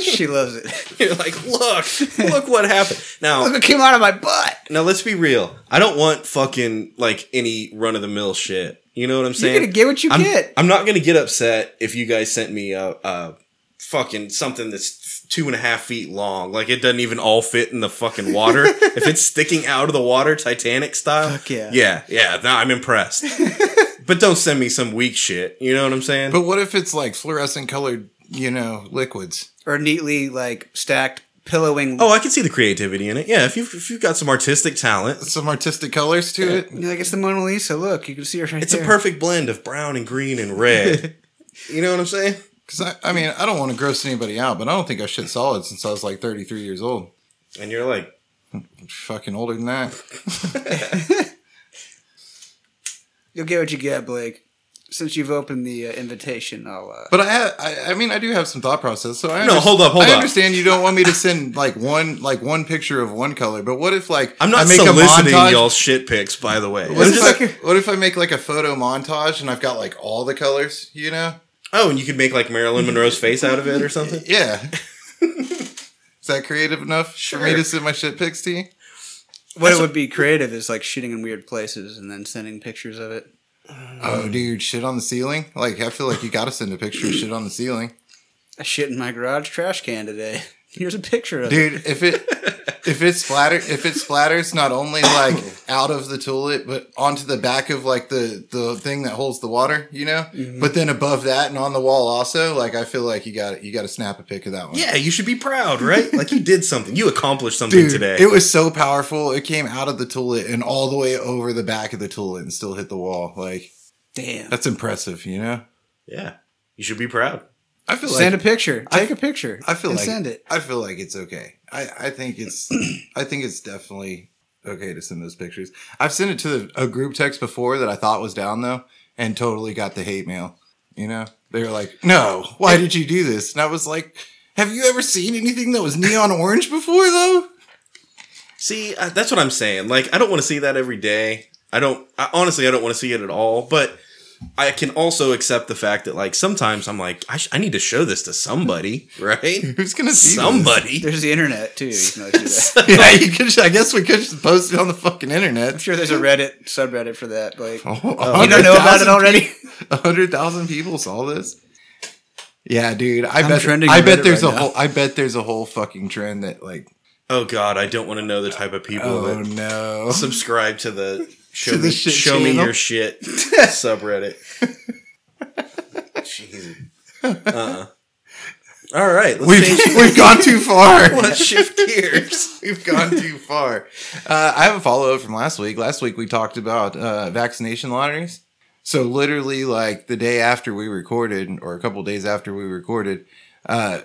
S3: she loves it.
S2: You're like, look, look what happened.
S3: Look
S2: Now,
S3: what came out of my butt.
S2: now let's be real. I don't want fucking like any run of the mill shit. You know what I'm saying?
S3: You're gonna get what you
S2: I'm,
S3: get.
S2: I'm not gonna get upset if you guys sent me a, a fucking something that's two and a half feet long. Like it doesn't even all fit in the fucking water. if it's sticking out of the water, Titanic style.
S3: Fuck yeah.
S2: yeah, yeah. Now I'm impressed. but don't send me some weak shit. You know what I'm saying?
S1: But what if it's like fluorescent colored, you know, liquids?
S3: or neatly like stacked pillowing.
S2: oh, I can see the creativity in it. Yeah, if you if you've got some artistic talent,
S1: Some artistic colors to it?
S3: You're like it's the Mona Lisa. Look, you can see her right
S2: it's
S3: there.
S2: a perfect blend of brown and green and red. you know what I'm saying?
S1: Because I, I mean, I don't want to gross anybody out, but I don't think I shit solid since I was like 33 years old.
S2: And you're like,
S1: Fucking older than that.
S3: You'll get what you get, Blake. Since you've opened the uh, invitation, I'll. Uh,
S1: But I have, I, I mean, I do have some thought process. So I
S2: No,
S1: underst-
S2: hold up, hold
S1: I
S2: up.
S1: understand you don't want me to send like one, like one picture of one color. But what if like
S2: I'm not
S1: I make a
S2: soliciting
S1: montage-
S2: y'all shit pics, by the way.
S1: What
S2: I'm
S1: if,
S2: just-
S1: I, what if I make like a photo montage and I've got like all the colors? You know?
S2: Oh, and you could make like Marilyn Monroe's face out of it or something.
S1: Yeah. Is that creative enough for me
S2: Sure.
S1: to send my shit pics to you?
S3: what it would be creative is like shooting in weird places and then sending pictures of it.
S1: Oh, dude, shit on the ceiling. Like I feel like you got to send a picture of shit on the ceiling,
S3: I shit in my garage trash can today. Here's a picture of it.
S1: dude. If it if it splatter if it splatters not only like out of the toilet but onto the back of like the the thing that holds the water, you know, but then above that and on the wall also, like I feel like you got you got to snap a pic of that one.
S2: Yeah, you should be proud, right? Like you did something. You accomplished something
S1: Dude,
S2: today.
S1: it was so powerful. It came out of the toilet and all the way over the back of the toilet and still hit the wall. Like
S3: Damn.
S1: that's impressive, you know.
S2: yeah. You should be proud.
S1: I feel
S3: send
S1: like
S3: a picture. Take a picture.
S1: I feel
S3: and
S1: like
S3: send it.
S1: I feel like it's okay. I I think it's I think it's definitely okay to send those pictures. I've sent it to a group text before that I thought was down though, and totally got the hate mail. You know, they were like, "No, why did you do this?" And I was like, "Have you ever seen anything that was neon orange before though?"
S2: See, uh, that's what I'm saying. Like I don't want to see that every day. I don't I, honestly I don't want to see it at all, but I can also accept the fact that like sometimes I'm like I, sh- I need to show this to somebody, right?
S1: Who's gonna see this?
S2: somebody.
S3: There's the internet too. You can always do that.
S1: yeah, you could. I guess we could just post it on the fucking
S3: I'm
S1: internet.
S3: sure there's a Reddit subreddit for that. Like
S1: Oh,
S3: you don't know about it already.
S1: hundred thousand people saw this. Yeah, dude. I
S3: I'm
S1: bet.
S3: trending
S1: I
S3: on
S1: bet
S3: Reddit
S1: there's
S3: right
S1: a
S3: now.
S1: whole. I bet there's a whole fucking trend that like.
S2: Oh god, I don't want to know the type of people
S1: Oh
S2: that
S1: no.
S2: subscribe to the show
S1: To the
S2: me,
S1: shit
S2: show me
S1: channel.
S2: your shit subreddit. Jesus. Uh-uh. All right, let's
S1: We've
S2: change.
S1: we've gone too far.
S2: Let's shift gears.
S1: We've gone too far. Uh, I have a follow up from last week. Last week we talked about uh, vaccination lotteries. So literally, like the day after we recorded, or a couple days after we recorded, uh,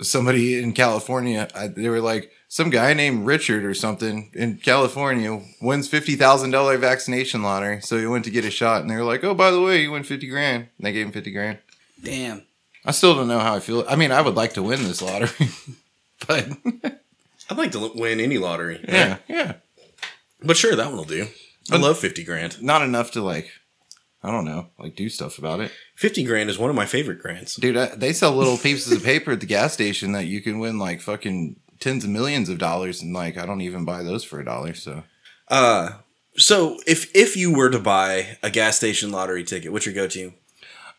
S1: somebody in California, I, they were like, some guy named Richard or something in California wins fifty thousand dollar vaccination lottery. So he went to get a shot, and they were like, oh, by the way, you win fifty grand. And they gave him fifty grand.
S3: Damn.
S1: I still don't know how I feel. I mean, I would like to win this lottery, but
S2: I'd like to l- win any lottery.
S1: yeah, yeah.
S2: But sure, that one will do. I love 50 grand.
S1: not enough to like i don't know like do stuff about it
S2: 50 grand is one of my favorite grants.
S1: dude I, they sell little pieces of paper at the gas station that you can win like fucking tens of millions of dollars and like i don't even buy those for a dollar so
S2: Uh, so if if you were to buy a gas station lottery ticket, what's your go to?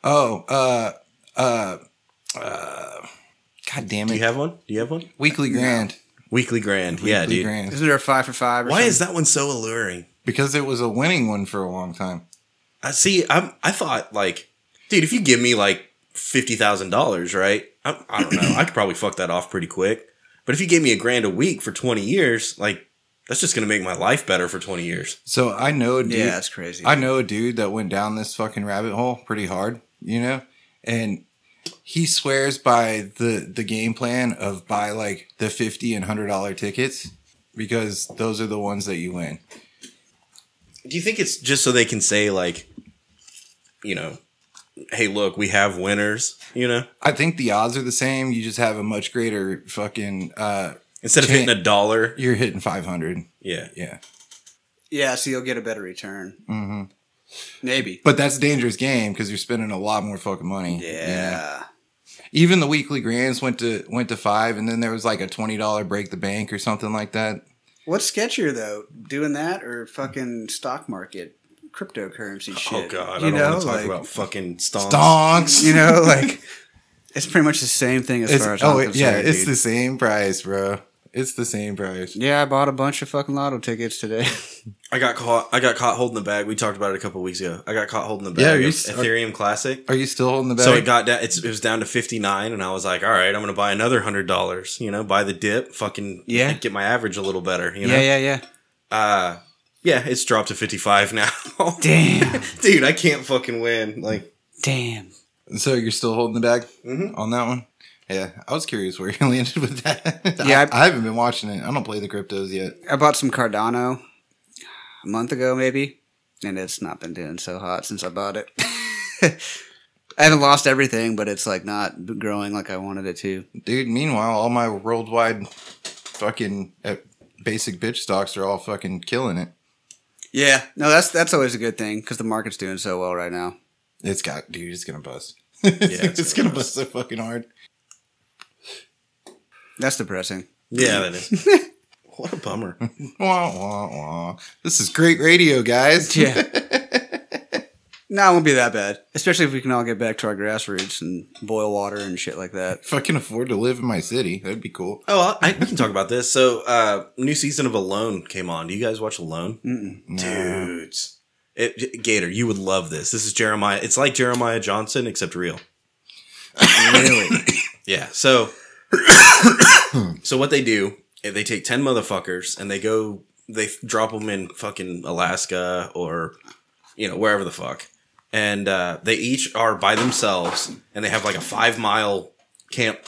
S1: oh uh uh God damn
S2: Do
S1: it.
S2: you have one? Do you have one?
S1: Weekly grand.
S2: Weekly grand. yeah,
S1: Weekly
S2: dude.
S1: grand.
S3: Isn't there a five for five? Or
S2: Why is
S3: something?
S2: that one so alluring?
S1: Because it was a winning one for a long time.
S2: I see. I'm. I thought like, dude, if you give me like fifty thousand dollars, right? I, I don't know. I could probably fuck that off pretty quick. But if you gave me a grand a week for twenty years, like that's just gonna make my life better for twenty years.
S1: So I know a dude.
S3: Yeah, that's crazy.
S1: I know a dude that went down this fucking rabbit hole pretty hard, you know, and he swears by the the game plan of buy like the fifty and hundred dollar tickets because those are the ones that you win.
S2: Do you think it's just so they can say like, you know, hey, look, we have winners. You know,
S1: I think the odds are the same. You just have a much greater fucking. uh
S2: instead of
S1: Chan-
S2: hitting a dollar,
S1: You're hitting five hundred.
S2: yeah.
S1: Yeah.
S3: Yeah, so you'll get a better return.
S1: hmm
S3: Maybe.
S1: But that's a dangerous game because you're spending a lot more fucking money.
S3: Yeah.
S1: Even the weekly grands went to went to five, and then there was like a twenty dollar break the bank or something like that.
S3: What's sketchier though, doing that or fucking stock market cryptocurrency shit?
S2: Oh god,
S3: you
S2: I don't
S3: know,
S2: want to talk
S3: like,
S2: about fucking stonks.
S1: Stonks.
S3: You know, like it's pretty much the same thing as
S1: It's,
S3: far as
S1: oh
S3: I'm
S1: it- yeah,
S3: concerned,
S1: it's
S3: dude.
S1: the same price, bro. It's the same price.
S3: Yeah, I bought a bunch of fucking lotto tickets today.
S2: I got caught. I got caught holding the bag. We talked about it a couple weeks ago. I got caught holding the bag.
S1: Yeah,
S2: of
S1: you s-
S3: uh,
S2: Ethereum Classic.
S1: Are you still holding the bag?
S2: So it got down. It's, it was down to fifty nine, and I was like, "All right, I'm going to buy another hundred dollars. You know, buy the dip. Fucking
S3: Yeah.
S2: get my average a little better. You know,
S3: Yeah, yeah, yeah.
S2: Uh, yeah, it's dropped to fifty five now.
S3: Damn,
S2: dude, I can't fucking win. Like,
S3: damn.
S1: so you're still holding the bag
S2: Mhm.
S1: on that one? Yeah, I was curious where you landed with that.
S3: Yeah,
S1: I, I haven't been watching it. I don't play the cryptos yet.
S3: I bought some Cardano a month ago, maybe, and it's not been doing so hot since I bought it. I haven't lost everything, but it's like not growing like I wanted it to.
S1: Dude, meanwhile, all my worldwide fucking uh, basic bitch stocks are all fucking killing it.
S3: Yeah, no, that's that's always a good thing because the market's doing so well right now.
S1: It's got, dude, it's gonna bust. yeah, it's,
S2: it's
S1: gonna bust so fucking hard.
S3: That's depressing.
S2: yeah, that is. what a bummer.
S1: Wah, wah, wah. This is great radio, guys.
S3: no, it won't be that bad, especially if we can all get back to our grassroots and boil water and shit like that.
S1: if I can afford to live in my city, that'd be cool.
S2: Oh, I, we can talk about this. So, uh, new season of Alone came on. Do you guys watch Alone?
S3: Mm-mm.
S2: Dudes. It, Gator, you would love this. This is Jeremiah. It's like Jeremiah Johnson, except real.
S3: Really?
S2: Yeah. So, so what they do, eh, they take 10 motherfuckers and they go, they f- drop them in fucking Alaska or, you know, wherever the fuck. And uh, they each are by themselves and they have like a five mile camp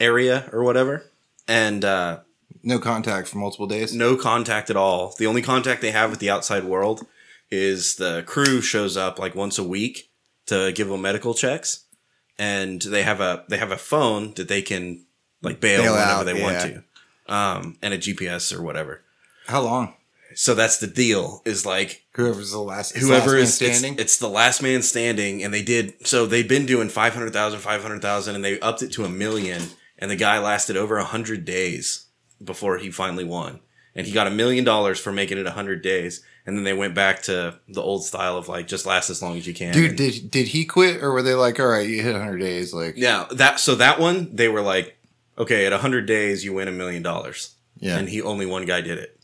S2: area or whatever. And, uh,
S1: No contact for multiple days.
S2: no contact at all. The only contact they have with the outside world is the crew shows up like once a week to give them medical checks, and they have a they have a phone that they can like bail,
S3: Bail
S2: whenever
S3: out,
S2: they
S3: yeah.
S2: want to, um, and a GPS or whatever.
S1: How long?
S2: So that's the deal. Is like
S1: Whoever's the last,
S2: whoever
S1: last man
S2: is standing. It's, the last man standing, and they did so. They've been doing 500,000, 500,000, and they upped it to a million. And the guy lasted over a hundred days before he finally won, and he got a million dollars for making it a hundred days. And then they went back to the old style of like just last as long as you can.
S1: Dude, did did he quit or were they like, all right, you hit 100 days? Like,
S2: yeah, that so that one they were like, okay, at a hundred days you win a million dollars,
S1: yeah.
S2: and he only one guy did it.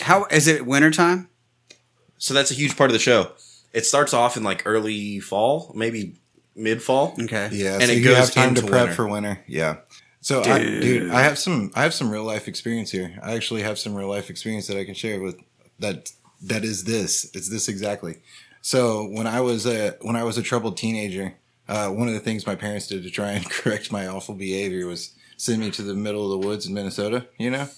S3: How is it wintertime?
S2: So that's a huge part of the show. It starts off in like early fall, maybe mid fall.
S3: Okay.
S1: Yeah,
S2: And
S1: so
S2: it
S1: you
S2: goes
S1: have time to
S2: into
S1: prep
S2: winter.
S1: for winter. Yeah. So, dude. I, dude, I have some, I have some real life experience here. I actually have some real life experience that I can share with that. That is this. It's this exactly. So when I was a when I was a troubled teenager, uh, one of the things my parents did to try and correct my awful behavior was send me to the middle of the woods in Minnesota. You know,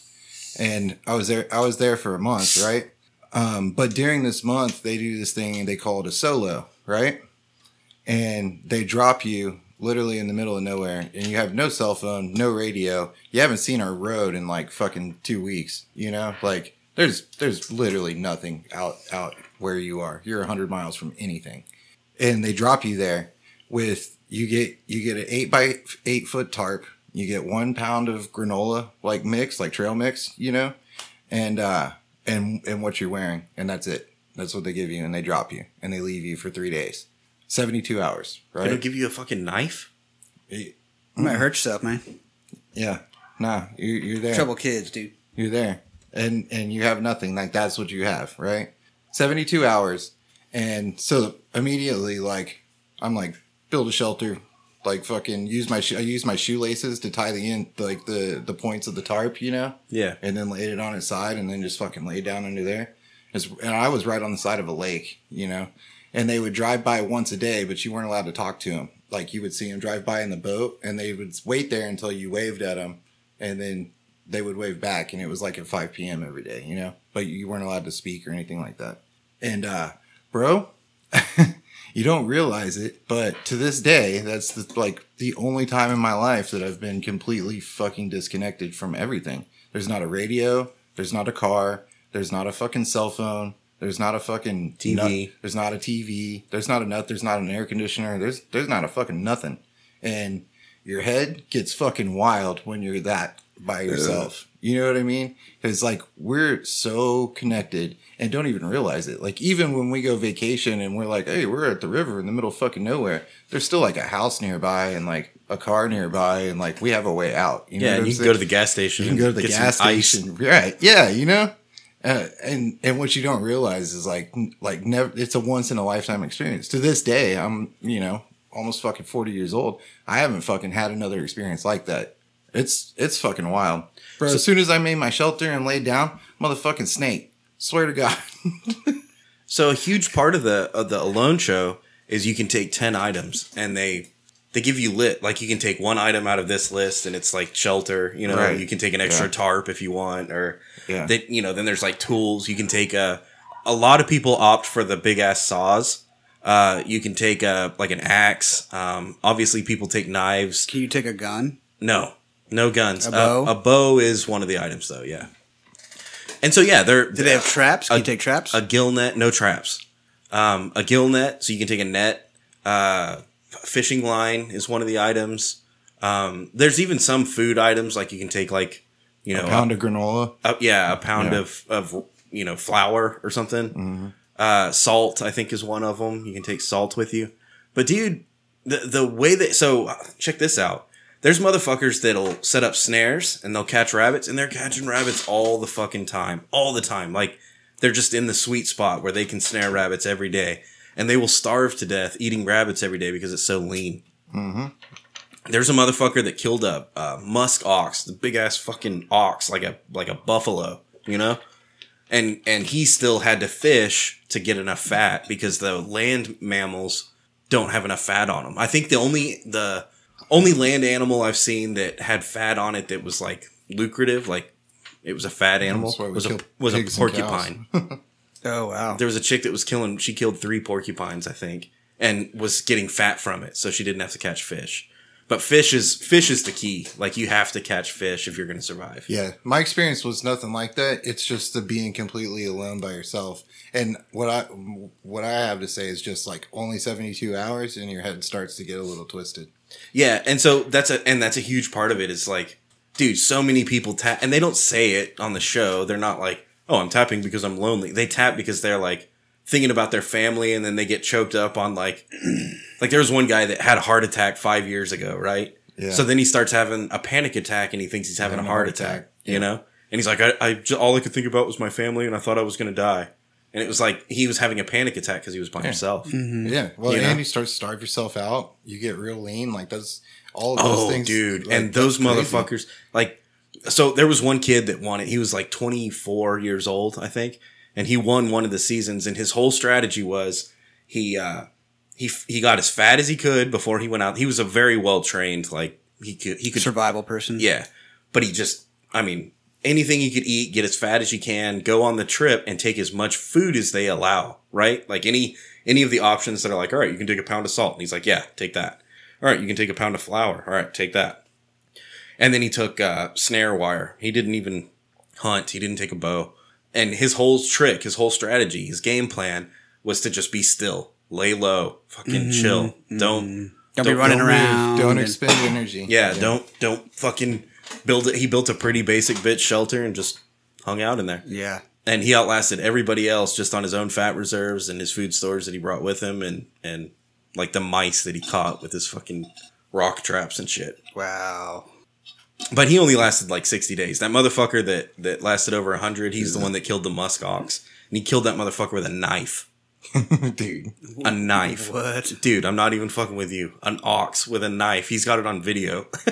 S1: and I was there. I was there for a month, right? Um, but during this month, they do this thing and they call it a solo, right? and they drop you literally in the middle of nowhere and you have no cell phone, no radio. You haven't seen our road in like fucking 2 weeks, you know? Like there's there's literally nothing out out where you are. You're 100 miles from anything. And they drop you there with you get you get an 8 by 8 foot tarp. You get 1 pound of granola like mix, like trail mix, you know? And uh and and what you're wearing and that's it. That's what they give you and they drop you and they leave you for 3 days. 72 hours,
S2: They don't
S1: right?
S2: give you a fucking knife?
S1: It-
S3: You might hurt yourself, man.
S1: yeah. Nah, you're, you're there.
S3: Trouble kids, dude.
S1: You're there. And and you have nothing. Like that's what you have, right? 72 hours. And so immediately like I'm like build a shelter, like fucking use my sho- I use my shoelaces to tie the end like the the points of the tarp, you know?
S2: Yeah.
S1: and then laid it on its side and then just fucking laid down under there. It's, and I was right on the side of a lake, you know, and they would drive by once a day, but you weren't allowed to talk to them. Like you would see them drive by in the boat and they would wait there until you waved at them and then they would wave back. And it was like at 5 p.m. every day, you know, but you weren't allowed to speak or anything like that. And, uh, bro, you don't realize it, but to this day, that's the, like the only time in my life that I've been completely fucking disconnected from everything. There's not a radio, there's not a car, there's not a fucking cell phone, there's not a fucking
S2: TV.
S1: nut- there's not a TV, there's not a nut, there's not an air conditioner, there's there's not a fucking nothing, and your head gets fucking wild when you're that by yourself. You know what I mean? Because like we're so connected and don't even realize it. Like even when we go vacation and we're like, hey, we're at the river in the middle of fucking nowhere. There's still like a house nearby and like a car nearby and like we have a way out. You know
S2: Yeah,
S1: what
S2: and
S1: I'm
S2: you can
S1: saying?
S2: go to the gas station.
S1: You can go to
S2: and
S1: the
S2: get some
S1: gas
S2: ice.
S1: station, right? Yeah, you know. Uh, and and what you don't realize is like n- like never. It's a once in a lifetime experience. To this day, I'm you know almost fucking forty years old. I haven't fucking had another experience like that. It's it's fucking wild, bro. as soon as I made my shelter and laid down, motherfucking snake. Swear to God.
S2: So a huge part of the of the alone show is you can take ten items and they they give you lit like you can take one item out of this list and it's like shelter you know
S1: Right.
S2: you can take an extra
S1: Yeah.
S2: tarp if you want or
S1: Yeah.
S2: that you know then there's like tools you can take a a lot of people opt for the big ass saws uh you can take a like an axe um obviously people take knives
S3: Can you take a gun?
S2: no, no guns. A
S3: bow?
S2: A, bow is one of the items, though. Yeah. And so yeah, they're
S3: Do they have traps? Can you take traps?
S2: a gill net, no traps. Um, a gill net, so you can take a net. Uh, fishing line is one of the items. Um, there's even some food items like you can take like you know
S1: Pound of granola.
S2: uh, yeah, a pound
S1: Yeah.
S2: of of you know flour or something. Uh, salt, I think, is one of them. You can take salt with you. But dude, the the way that so uh, check this out. There's motherfuckers that'll set up snares and they'll catch rabbits and they're catching rabbits all the fucking time, all the time. Like they're just in the sweet spot where they can snare rabbits every day, and they will starve to death eating rabbits every day because it's so lean. There's a motherfucker that killed a, a musk ox, the big ass fucking ox, like a like a buffalo, you know, and and he still had to fish to get enough fat because the land mammals don't have enough fat on them. I think the only the only land animal I've seen that had fat on it that was like lucrative, like it was a fat animal,
S1: That's why we
S2: was a
S1: kill
S2: was a
S1: pigs and cows.
S2: porcupine
S3: oh wow.
S2: there was a chick that was killing she killed three porcupines i think and was getting fat from it so she didn't have to catch fish but fish is fish is the key like you have to catch fish if you're going to survive
S1: Yeah, my experience was nothing like that. It's just the being completely alone by yourself. And what I what I have to say is just like only 72 hours and your head starts to get a little twisted.
S2: yeah and so that's a and that's a huge part of it is like dude so many people tap and they don't say it on the show they're not like oh i'm tapping because i'm lonely they tap because they're like thinking about their family and then they get choked up on like like there was one guy that had a heart attack five years ago right
S1: Yeah.
S2: so then he starts having a panic attack and he thinks he's having a
S1: Having
S2: heart attack, you know and he's like I, I j- all i could think about was my family and i thought i was going to die and it was like he was having a panic attack because he was by himself
S1: Yeah. Well,
S2: You know?
S1: and you start to starve yourself out. You get real lean. Like that's all of those
S2: Oh,
S1: things.
S2: dude,
S1: like,
S2: and those
S1: that's crazy.
S2: motherfuckers, like, so there was one kid that won it. He was like 24 years old, I think, and he won one of the seasons. And his whole strategy was he uh, he he got as fat as he could before he went out. He was a very well trained, like he could he could
S3: Survival person.
S2: yeah, but he just I mean anything you could eat, get as fat as you can, go on the trip and take as much food as they allow, right? Like any any of the options that are like, all right, you can take a pound of salt, and he's like, yeah, take that. All right, you can take a pound of flour. All right, take that. And then he took uh, snare wire. He didn't even hunt. He didn't take a bow. And his whole trick, his whole strategy, his game plan was to just be still, lay low, fucking chill. Don't
S3: Don't, be running
S1: Don't move.
S3: around.
S1: Don't
S3: and-
S1: expend energy.
S2: yeah, don't don't fucking build it. He built a pretty basic bitch shelter and just hung out in there.
S3: yeah.
S2: And he outlasted everybody else just on his own fat reserves and his food stores that he brought with him and and like the mice that he caught with his fucking rock traps and shit.
S3: Wow.
S2: But he only lasted like 60 days. That motherfucker that, that lasted over 100, he's the one that killed the musk ox. And he killed that motherfucker with a knife.
S1: dude.
S2: A knife.
S3: What?
S2: Dude, I'm not even fucking with you. An ox with a knife. He's got it on video.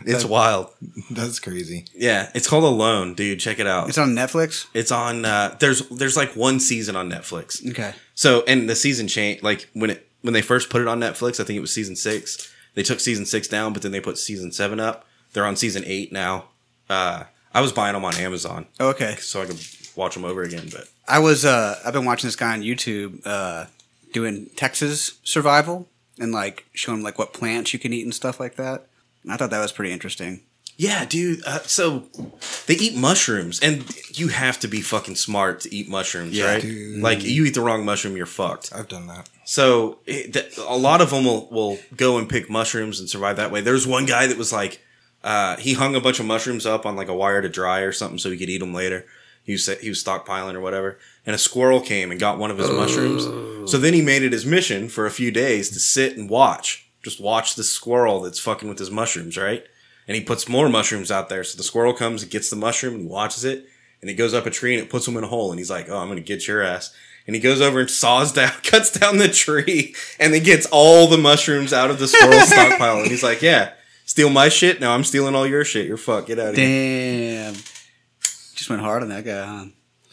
S2: it's wild.
S1: That's crazy.
S2: Yeah, it's called Alone, dude. Check it out.
S3: It's on Netflix.
S2: It's on. Uh, there's there's like one season on Netflix.
S3: Okay.
S2: So and the season change like when it when they first put it on Netflix, I think it was season six. They took season six down, but then they put season seven up. They're on season eight now. Uh, I was buying them on Amazon
S3: Oh, Okay.
S2: so I could watch them over again, but
S3: I was uh I've been watching this guy on YouTube uh doing Texas survival and like showing like what plants you can eat and stuff like that. And I thought that was pretty interesting.
S2: Yeah, dude. Uh, so they eat mushrooms, and you have to be fucking smart to eat mushrooms, right?
S1: dude.
S2: Like you eat the wrong mushroom, you're fucked.
S1: I've done that.
S2: So it, th- a lot of them will, will go and pick mushrooms and survive that way. There's one guy that was like, uh, he hung a bunch of mushrooms up on like a wire to dry or something so he could eat them later. He was, he was stockpiling or whatever. And a squirrel came and got one of his mushrooms. So then he made it his mission for a few days to sit and watch. Just watch this squirrel that's fucking with his mushrooms, right? And he puts more mushrooms out there. So the squirrel comes and gets the mushroom and he watches it. And it goes up a tree and it puts him in a hole. And he's like, oh, I'm going to get your ass. And he goes over and saws down, cuts down the tree, and then gets all the mushrooms out of the squirrel stockpile. And he's like, yeah, steal my shit. Now I'm stealing all your shit. You're fuck. Get out of here.
S3: Damn. Just went hard on that guy, huh?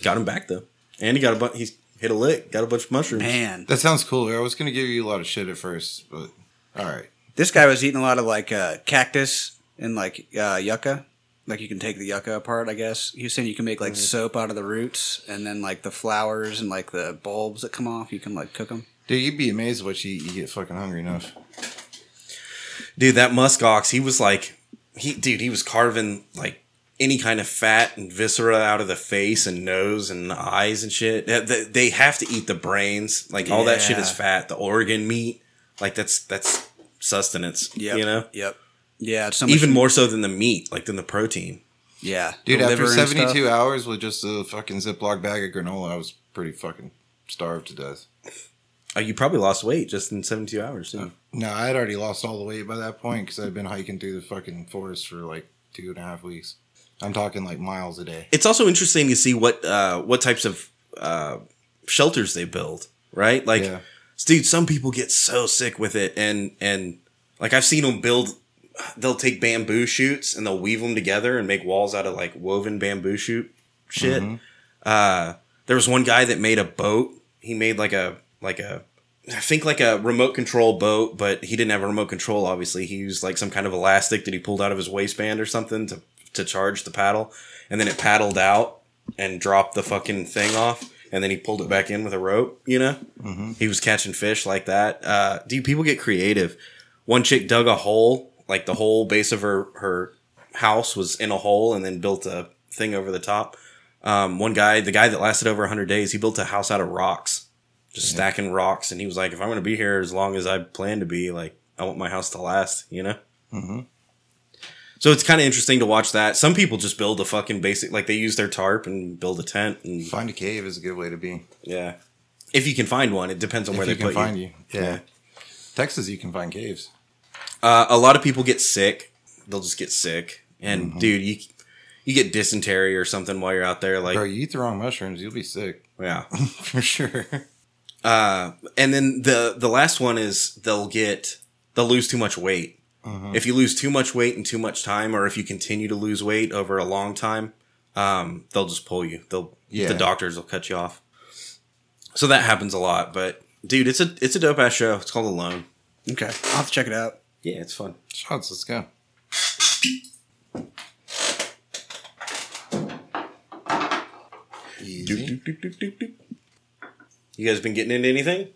S2: Got him back though. And he got a bunch, he's hit a lick, got a bunch of mushrooms.
S3: Man.
S1: That sounds cool. I was gonna give you a lot of shit at first, but all right.
S3: This guy was eating a lot of like uh cactus and like uh yucca. Like you can take the yucca apart, I guess. He was saying you can make like soap out of the roots and then like the flowers and like the bulbs that come off, you can like cook them.
S1: Dude, you'd be amazed what you, you get fucking hungry enough.
S2: Dude, that musk ox, he was like, he, dude, he was carving like any kind of fat and viscera out of the face and nose and the eyes and shit. They- They, they have to eat the brains. Like all that shit
S3: Yeah.
S2: is fat. The organ meat, like that's, that's sustenance. Yeah,
S3: Yep.
S2: You know?
S3: Yep. Yeah, it's so much
S2: Even more so than the meat, like than the protein.
S3: yeah.
S1: Dude,
S3: the
S1: after
S3: liver and stuff.
S1: 72 hours with just a fucking Ziploc bag of granola, I was pretty fucking starved to death.
S2: Oh, you probably lost weight just in 72 hours. didn't you?
S1: No, I had already lost all the weight by that point because I'd been hiking through the fucking forest for like two and a half weeks. I'm talking like miles a day.
S2: it's also interesting to see what uh, what types of uh, shelters they build, right? Like,
S1: Yeah.
S2: dude, some people get so sick with it, and and like I've seen them build. They'll take bamboo shoots and they'll weave them together and make walls out of like woven bamboo shoot shit. Uh, there was one guy that made a boat. He made like a like a I think like a remote control boat, but he didn't have a remote control. Obviously, he used like some kind of elastic that he pulled out of his waistband or something to to charge the paddle, and then it paddled out and dropped the fucking thing off, and then he pulled it back in with a rope. You know, he was catching fish like that. Uh, do people get creative? One chick dug a hole, like the whole base of her her house was in a hole, and then built a thing over the top. Um, one guy, the guy that lasted over 100 days, he built a house out of rocks, just stacking rocks. And he was like, if I'm going to be here as long as I plan to be, like, I want my house to last, you know? Mm-hmm. So it's kind of interesting to watch that. Some people just build a fucking basic, like, they use their tarp and build a tent. And
S1: Find a cave is a good way to be.
S2: yeah. If you can find one, it depends on
S1: If
S2: where
S1: you
S2: they
S1: can
S2: put
S1: find
S2: you.
S1: you. Yeah.
S2: Yeah.
S1: Texas, you can find caves.
S2: Uh, a lot of people get sick. They'll just get sick. And dude, you you get dysentery or something while you're out there. Like,
S1: Bro, you eat the wrong mushrooms, you'll be sick.
S2: yeah.
S1: for sure.
S2: Uh, and then the the last one is they'll get they'll lose too much weight. If you lose too much weight and too much time, or if you continue to lose weight over a long time, um, they'll just pull you. They'll
S1: Yeah.
S2: the doctors will cut you off. So that happens a lot. But dude, it's a it's a dope ass show. It's called Alone.
S3: Okay. I'll have to check it out.
S2: Yeah, it's fun.
S1: Shots, let's go. Easy.
S2: Doop, doop, doop, doop, doop. You guys been getting into anything?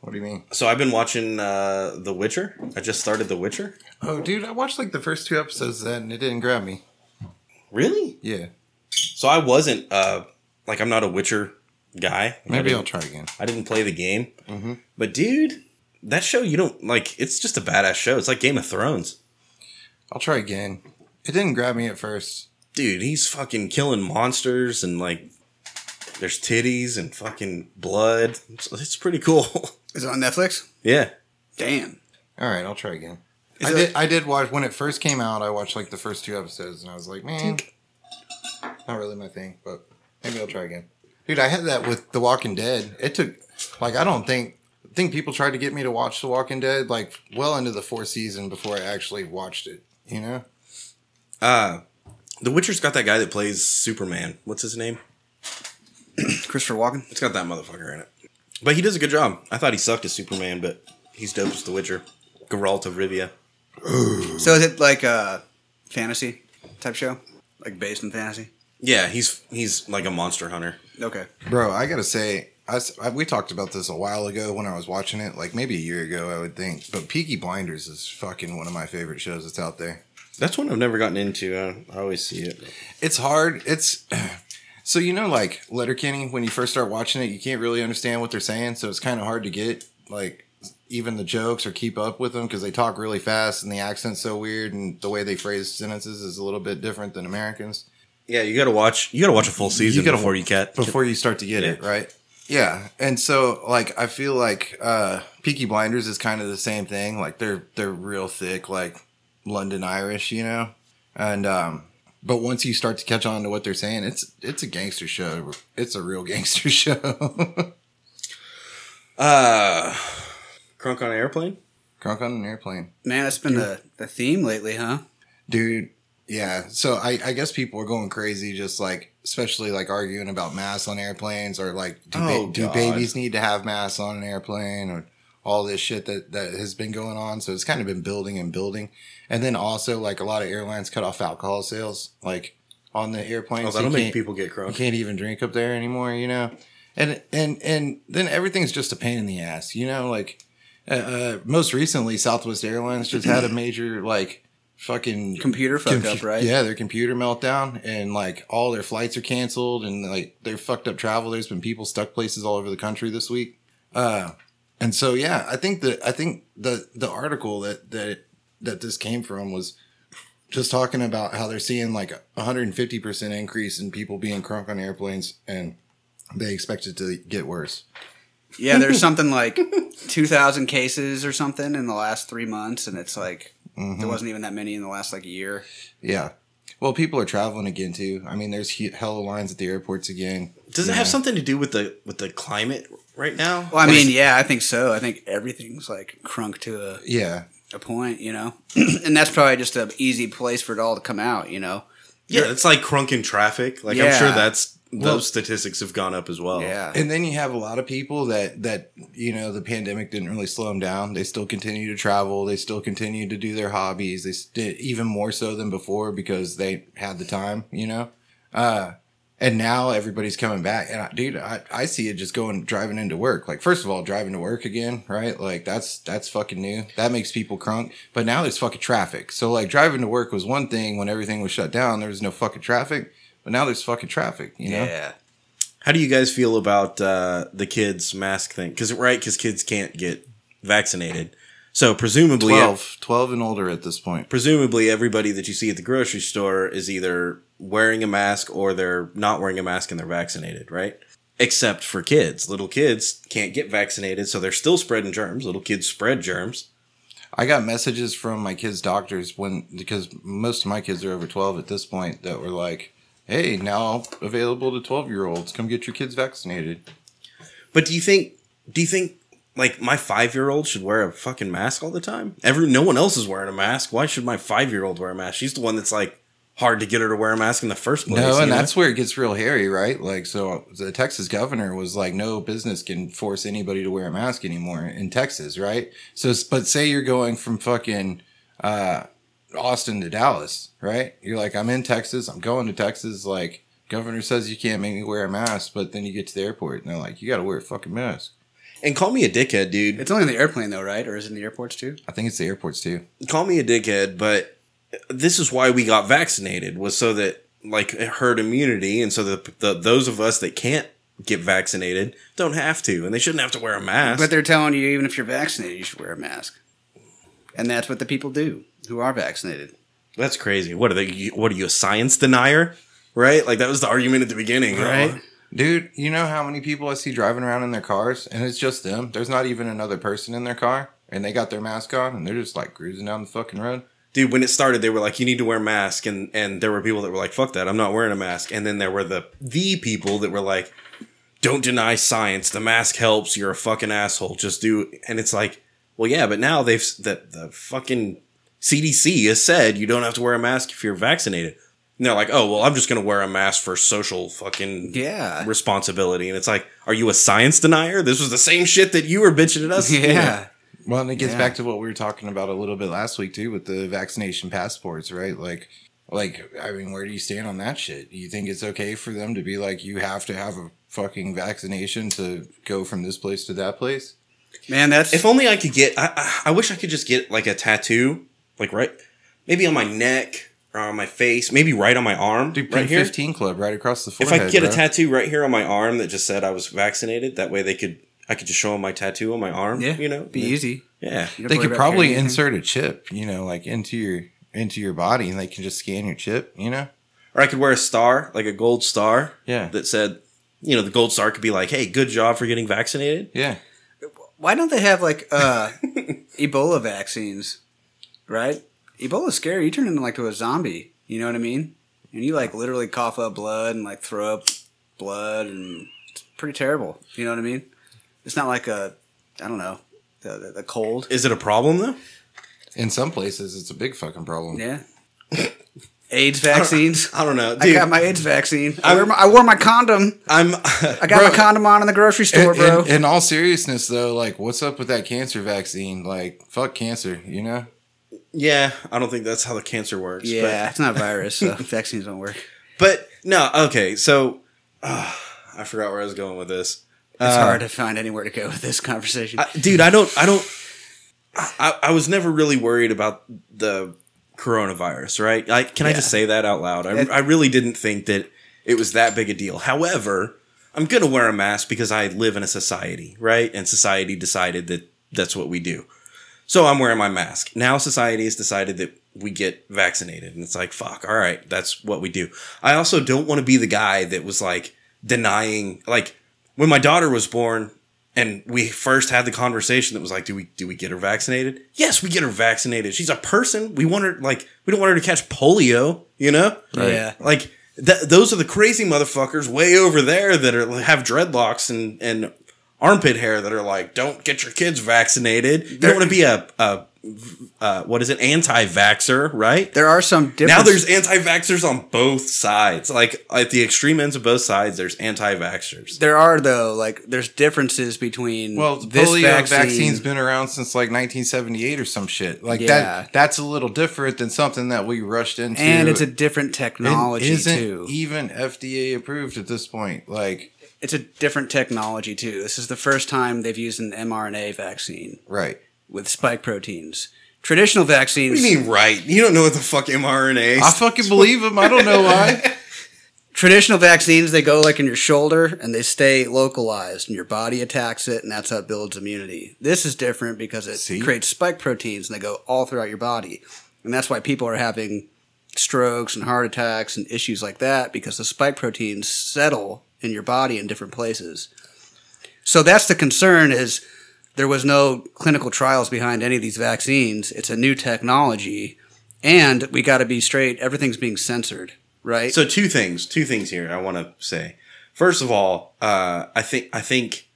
S1: What do you mean?
S2: So I've been watching uh, The Witcher. I just started The Witcher.
S1: Oh, dude, I watched like the first two episodes of that and it didn't grab me.
S2: Really?
S1: Yeah.
S2: So I wasn't uh, like I'm not a Witcher guy. I
S1: Maybe
S2: didn't-
S1: I'll Mm-hmm. try again.
S2: I didn't play the game. But dude, that show you don't like. It's just a badass show. It's like Game of Thrones.
S1: I'll try again. It didn't grab me at first.
S2: Dude, he's fucking killing monsters and like there's titties and fucking blood. It's, it's pretty cool.
S3: Is it on Netflix?
S2: yeah.
S3: Damn.
S1: All right, I'll try again.
S2: Is
S1: I
S2: it-
S1: did, I did watch when it first came out. I watched like the first two episodes, and I was like, man, not really my thing. But maybe I'll try again. Dude, I had that with The Walking Dead. It took like I don't think I think people tried to get me to watch The Walking Dead like well into the fourth season before I actually watched it. You know,
S2: Uh, the Witcher's got that guy that plays Superman. What's his name?
S3: Christopher Walken.
S2: It's got that motherfucker in it. But he does a good job. I thought he sucked as Superman, but he's dope as The Witcher. Geralt of Rivia.
S3: So is it like a fantasy type show, like based in fantasy?
S2: Yeah, he's he's like a monster hunter.
S3: Okay.
S1: bro. I gotta say, I, s- I- we talked about this a while ago when I was watching it, like maybe a year ago, I would think. But Peaky Blinders is fucking one of my favorite shows that's out there.
S2: That's one I've never gotten into. I, I always see it.
S1: it's hard. It's so you know, like Letterkenny, when you first start watching it, you can't really understand what they're saying, so it's kind of hard to get like even the jokes or keep up with them because they talk really fast and the accent's so weird and the way they phrase sentences is a little bit different than Americans.
S2: Yeah, you gotta watch. You gotta watch a full season
S1: gotta
S2: before you cat
S1: before you start to get it, right? Yeah. And so like I feel like uh Peaky Blinders is kind of the same thing. Like they're they're real thick, like London Irish, you know? And um but once you start to catch on to what they're saying, it's it's a gangster show. It's a real gangster show.
S2: Uh, Crunk on an airplane.
S1: Crunk on an airplane.
S3: Man, that's been the, the theme lately, huh?
S1: dude yeah so I, I guess people are going crazy just like especially like arguing about masks on airplanes or like do, ba-
S2: Oh,
S1: do
S2: God.
S1: babies need to have masks on an airplane or all this shit that that has been going on so it's kind of been building and building and then also like a lot of airlines cut off alcohol sales like on the airplanes
S2: Oh,
S1: so
S2: that'll
S1: you
S2: make
S1: can't-
S2: people get
S1: you
S2: crunk.
S1: can't even drink up there anymore you know and and and then everything's just a pain in the ass you know like uh, uh most recently southwest airlines just had a major like fucking
S3: Computer fuck
S1: compu-
S3: up, right?
S1: yeah their computer meltdown and like all their flights are canceled and like their fucked up travel there's been people stuck places all over the country this week uh and so yeah i think that i think the the article that that that this came from was just talking about how they're seeing like a 150% increase in people being crunk on airplanes and they expect it to get worse.
S3: Yeah, there's something like 2,000 cases or something in the last three months, and it's like there wasn't even that many in the last like year.
S1: Yeah. Well, people are traveling again too. I mean, there's he- hella lines at the airports again.
S2: Does it have something to do with the with the climate right now?
S3: Well, I mean, yeah, I think so. I think everything's like crunk to a,
S1: Yeah.
S3: a point, you know? and that's probably just an easy place for it all to come out, you know?
S2: yeah, it's like crunk in traffic. Like I'm
S3: Yeah.
S2: sure that's those
S1: Well-
S2: statistics have gone up as well.
S3: Yeah.
S1: And then you have a lot of people that that you know the pandemic didn't really slow them down. They still continue to travel. They still continue to do their hobbies. They st- even more so than before because they had the time. You know, uh, and now everybody's coming back. And I, dude, I, I see it just going driving into work. Like first of all, driving to work again, right? Like that's that's fucking new. That makes people crunk. But now there's fucking traffic. So like driving to work was one thing when everything was shut down. There was no fucking traffic. But now there's fucking traffic. You know.
S3: Yeah.
S2: How do you guys feel about uh, the kids mask thing? Because right, because kids can't get vaccinated. So presumably,
S1: 12, 12 and older at this point.
S2: presumably everybody that you see at the grocery store is either wearing a mask or they're not wearing a mask and they're vaccinated, right? Except for kids. Little kids can't get vaccinated, so they're still spreading germs. Little kids spread germs.
S1: I got messages from my kids' doctors when because most of my kids are over twelve at this point that were like, "Hey, now available to twelve year olds. Come get your kids vaccinated."
S2: But do you think do you think like my five year old should wear a fucking mask all the time? Every no one else is wearing a mask. Why should my five year old wear a mask? She's the one that's like hard to get her to wear a mask in the first place.
S1: No,
S2: you
S1: and
S2: know?
S1: that's where it gets real hairy, right? Like, so the Texas governor was like, "No business can force anybody to wear a mask anymore in Texas, right?" So, s- but say you're going from fucking uh, Austin to Dallas, right? You're like, "I'm in Texas. I'm going to Texas." Like, governor says you can't make me wear a mask, but then you get to the airport and they're like, "You got to wear a fucking mask."
S2: and call me a dickhead, dude.
S3: It's only in the airplane, though, right? Or is it in the airports, too?
S1: I think it's the airports too.
S2: call me a dickhead, but this is why we got vaccinated was so that like herd immunity, and so the, the those of us that can't get vaccinated don't have to, and they shouldn't have to wear a mask.
S3: But they're telling you, even if you're vaccinated, you should wear a mask. And that's what the people do who are vaccinated.
S2: That's crazy. What are they? you- What are you a science denier? Right? Like that was the argument at the beginning, right?
S1: Dude, you know how many people I see driving around in their cars and it's just them. There's not even another person in their car. and they got their mask on and they're just like cruising down the fucking road.
S2: dude when it started they were like you need to wear a mask and and there were people that were like fuck that i'm not wearing a mask and then there were the the people that were like don't deny science the mask helps you're a fucking asshole just do and it's like well yeah but now they've that the fucking cdc has said you don't have to wear a mask if you're vaccinated and they're like oh well i'm just going to wear a mask for social fucking
S3: Yeah.
S2: responsibility and it's like are you a science denier this was the same shit that you were bitching at us
S3: Yeah.
S1: Well, and it gets
S3: Yeah.
S1: back to what we were talking about a little bit last week too, with the vaccination passports, right? Like, like I mean, where do you stand on that shit? Do you think it's okay for them to be like, you have to have a fucking vaccination to go from this place to that place?
S3: Man, that's
S2: If only I could get. I, I I wish I could just get like a tattoo, like right, maybe on my neck or on my face, maybe right on my arm,
S1: Dude,
S2: right
S1: Print
S2: here.
S1: 15 Club right across the
S2: If
S1: forehead.
S2: I could get a
S1: bro.
S2: tattoo right here on my arm that just said I was vaccinated, that way they could. I could just show them my tattoo on my arm.
S3: yeah,
S2: you know,
S3: be easy.
S2: yeah.
S3: You don't
S1: they
S3: worry
S1: could
S3: about
S1: probably
S3: carrying anything.
S1: insert a chip, you know, like into your into your body, and they can just scan your chip, you know.
S2: Or I could wear a star, like a gold star,
S1: Yeah.
S2: that said, you know, the gold star could be like, "Hey, good job for getting vaccinated."
S1: Yeah,
S3: Why don't they have like uh Ebola vaccines? Right? Ebola's scary. You turn into like to a zombie. You know what I mean? And you like literally cough up blood and like throw up blood and it's pretty terrible. You know what I mean? It's not like a I don't know the the, the cold.
S2: Is it a problem though?
S1: in some places it's a big fucking problem.
S3: Yeah. AIDS vaccines.
S2: I don't know,
S3: I
S2: dude.
S3: got my AIDS vaccine. I, wear my, I wore my condom.
S2: I'm.
S3: I got my condom on in the grocery store,
S1: In,
S3: bro.
S1: in, in all seriousness, though, like, what's up with that cancer vaccine? Like, fuck cancer, you know?
S2: yeah, I don't think that's how the cancer works. but-
S3: yeah, it's not a virus, so vaccines don't work.
S2: But no, okay. So ah, I forgot where I was going with this,
S3: It's
S2: Uh,
S3: hard to find anywhere to go with this conversation.
S2: I, dude. I don't. I don't. I, I- I was never really worried about the coronavirus, right? Like, can I just
S3: Yeah.
S2: say that out loud? I,
S3: It-
S2: I really didn't think that it was that big a deal. However, I'm gonna wear a mask because I live in a society, right? And society decided that that's what we do. So I'm wearing my mask. Now society has decided that we get vaccinated. And it's like, fuck, all right, that's what we do. I also don't want to be the guy that was like denying like when my daughter was born and we first had the conversation that was like, do we do we get her vaccinated? Yes, we get her vaccinated. She's a person. We want her like we don't want her to catch polio, you know?
S1: Right.
S3: Yeah.
S2: Like th- those are the crazy motherfuckers way over there that are have dreadlocks and and armpit hair that are like, don't get your kids vaccinated. You don't want to be a, a uh, what is it, anti-vaxer, right?
S3: There are some different.
S2: Now there's anti-vaxxers on both sides. Like at the extreme ends of both sides, there's anti-vaxxers.
S3: there are though like there's differences between
S1: Well, the
S3: this
S1: polio
S3: vaccine.
S1: vaccine's been around since like 1978 or some shit. Like
S3: Yeah.
S1: that. That's a little different than something that we rushed into.
S3: and it's a different
S1: It
S3: technology
S1: isn't e-
S3: too.
S1: even FDA approved at this point. Like,
S3: it's a different technology too. This is the first time they've used an mRNA vaccine
S1: right?
S3: with spike proteins. Traditional vaccines.
S2: What do you mean, right? You don't know what the fuck mRNA is.
S1: I fucking believe him. I don't know why.
S3: traditional vaccines they go like in your shoulder and they stay localized and your body attacks it and that's how it builds immunity this is different because it
S1: See?
S3: creates spike proteins and they go all throughout your body and that's why people are having strokes and heart attacks and issues like that because the spike proteins settle in your body in different places so that's the concern is there was no clinical trials behind any of these vaccines it's a new technology and we got to be straight everything's being censored right
S2: So two things, two things here I want to say. First of all, uh, I think I think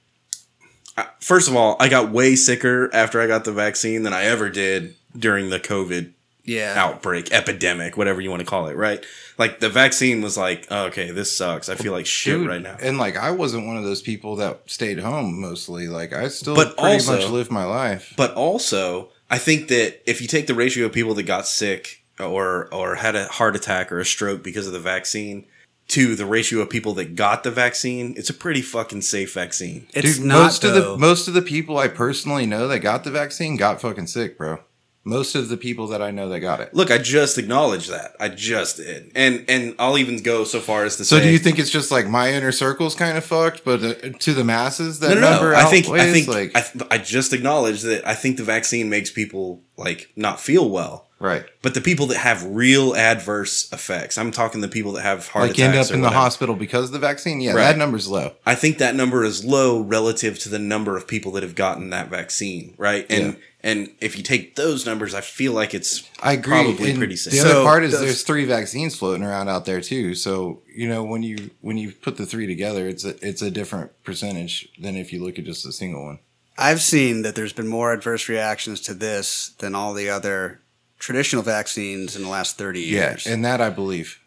S2: uh, first of all, I got way sicker after I got the vaccine than I ever did during the COVID
S3: yeah
S2: outbreak, epidemic, whatever you want to call it, right? Like the vaccine was like, oh, okay, this sucks. I feel like shit
S1: Dude,
S2: right now.
S1: And like, I wasn't one of those people that stayed home mostly. Like, I still
S2: But
S1: pretty
S2: also-
S1: much lived my life.
S2: But also, I think that if you take the ratio of people that got sick or or had a heart attack or a stroke because of the vaccine to the ratio of people that got the vaccine, it's a pretty fucking safe vaccine.
S3: It's
S1: Dude,
S3: not
S1: most of
S3: though.
S1: the most of the people I personally know that got the vaccine got fucking sick, bro. Most of the people that I know that got it.
S2: Look, I just acknowledged that. I just did, and and I'll even go so far as to
S1: So
S2: say.
S1: do you think it's just like my inner circle's kind of fucked, but uh, to the masses that
S2: No, no,
S1: number
S2: no. I think I
S1: outweighs,
S2: think
S1: like
S2: I, th- I just acknowledged that I think the vaccine makes people like not feel well,
S1: right,
S2: but the people that have real adverse effects. I'm talking the people that have heart
S1: like
S2: attacks
S1: end up
S2: or
S1: in the
S2: whatever.
S1: hospital because of the vaccine. Yeah,
S2: Right.
S1: that number's low.
S2: I think that number is low relative to the number of people that have gotten that vaccine, right? And And if you take those numbers, I feel like it's
S1: I agree.
S2: probably
S1: and
S2: pretty safe.
S1: The other
S3: So,
S1: part is
S3: the-
S1: there's three vaccines floating around out there too. So you know when you when you put the three together, it's a it's a different percentage than if you look at just a single one.
S3: I've seen that there's been more adverse reactions to this than all the other traditional vaccines in the last 30
S1: Yeah,
S3: years.
S1: and that I believe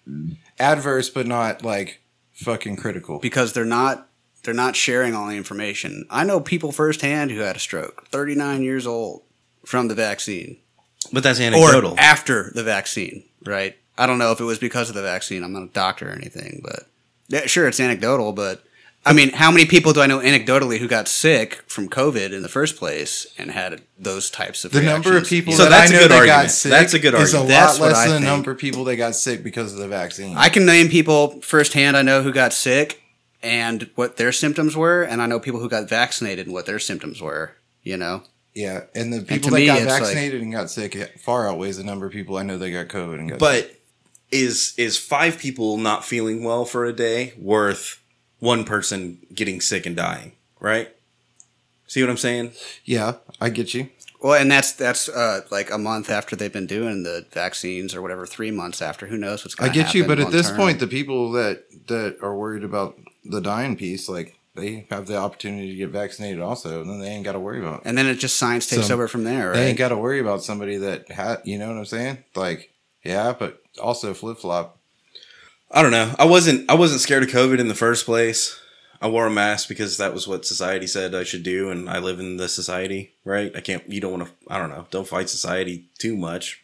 S1: adverse, but not like fucking critical.
S3: because they're not they're not sharing all the information. I know people firsthand who had a stroke, 39 years old from the vaccine
S2: But that's
S3: or
S2: anecdotal.
S3: after the vaccine, right? I don't know if it was because of the vaccine. I'm not a doctor or anything, but yeah, sure it's anecdotal, but I mean, how many people do I know anecdotally who got sick from COVID in the first place and had those types of
S1: The number of
S3: reactions?
S1: people
S2: So
S1: that
S2: that's
S1: I
S2: a
S1: know
S2: good
S1: that got
S2: argument.
S1: sick
S2: That's a good
S1: is a lot
S2: argument.
S3: That's what
S1: less
S3: I
S1: than the
S3: think.
S1: number of people that got sick because of the vaccine.
S3: I can name people firsthand I know who got sick and what their symptoms were, and I know people who got vaccinated and what their symptoms were, you know?
S1: yeah, and the people
S3: to
S1: that
S3: me,
S1: got
S3: it's like-
S1: vaccinated and got sick it far outweighs the number of people I know that got COVID and got sick.
S2: but is is five people not feeling well for a day worth one person getting sick and dying? Right? See what I'm saying?
S1: yeah, I get you.
S3: Well, and that's that's uh, like a month after they've been doing the vaccines or whatever, three months after. Who knows what's
S1: I
S3: going to
S1: get
S3: happen?
S1: you, but at
S3: long
S1: this
S3: term.
S1: point, the people that that are worried about the dying piece, like they have the opportunity to get vaccinated also, and then they ain't got to worry about.
S3: and then it just science takes
S1: Some-
S3: over from there, right?
S1: They ain't got to worry about somebody that had, you know what I'm saying? Like, yeah, but also flip flop.
S2: I don't know. I wasn't I wasn't scared of COVID in the first place. I wore a mask because that was what society said I should do, and I live in the society, right? I can't. You don't want to. I don't know. Don't fight society too much.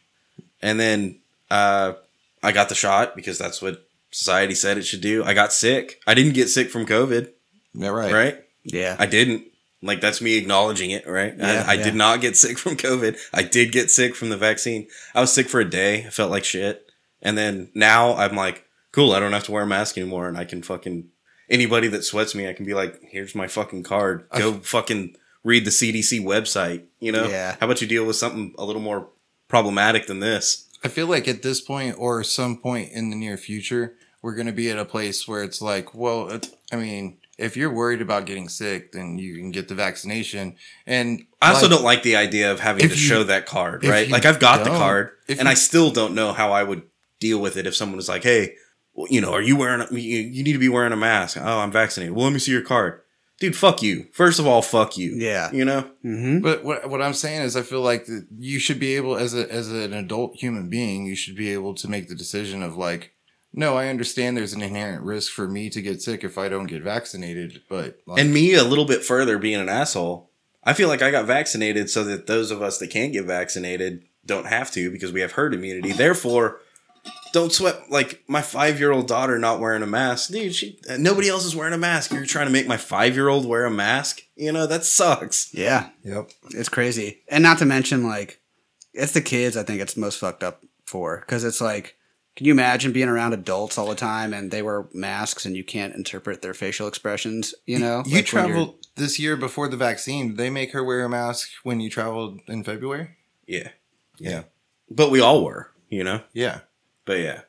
S2: And then uh, I got the shot because that's what society said it should do. I got sick. I didn't get sick from COVID,
S1: Yeah, right.
S2: right?
S3: yeah,
S2: I didn't. Like that's me acknowledging it, right?
S3: Yeah,
S2: I, I
S3: yeah.
S2: did not get sick from COVID. I did get sick from the vaccine. I was sick for a day. I felt like shit. And then now I'm like, cool, I don't have to wear a mask anymore and I can fucking anybody that sweats me, I can be like, here's my fucking card. Go fucking read the CDC website, you know?
S3: Yeah.
S2: How about you deal with something a little more problematic than this?
S1: I feel like at this point or some point in the near future, we're going to be at a place where it's like, well, it- I mean, if you're worried about getting sick, then you can get the vaccination. And
S2: I also
S1: like-
S2: don't like the idea of having
S1: if
S2: to
S1: you-
S2: show that card,
S1: if
S2: right?
S1: you
S2: Like I've got the
S1: don't-
S2: card,
S1: if
S2: and
S1: you-
S2: I still don't know how I would deal with it if someone was like, "Hey, well, you know, are you wearing? A, you, you need to be wearing a mask." Oh, I'm vaccinated. Well, let me see your card, dude. Fuck you. First of all, fuck you.
S3: Yeah.
S2: you know.
S3: hmm
S1: But what, what I'm saying is, I feel like that you should be able, as a as an adult human being, you should be able to make the decision of like, no, I understand there's an inherent risk for me to get sick if I don't get vaccinated, but like,
S2: And me a little bit further being an asshole. I feel like I got vaccinated so that those of us that can't get vaccinated don't have to because we have herd immunity. Therefore, don't sweat like my five year old daughter not wearing a mask. Dude, she, nobody else is wearing a mask. You're trying to make my five year old wear a mask? You know, that sucks.
S3: yeah,
S1: yep,
S3: it's crazy. And not to mention, like, it's the kids. I think it's most fucked up for because it's like, can you imagine being around adults all the time and they wear masks and you can't interpret their facial expressions? You know,
S1: you
S3: Like, when you're-
S1: traveled this year before the vaccine. Did They make her wear a mask when you traveled in February.
S2: Yeah. But we all were, you know?
S1: yeah.
S2: But yeah.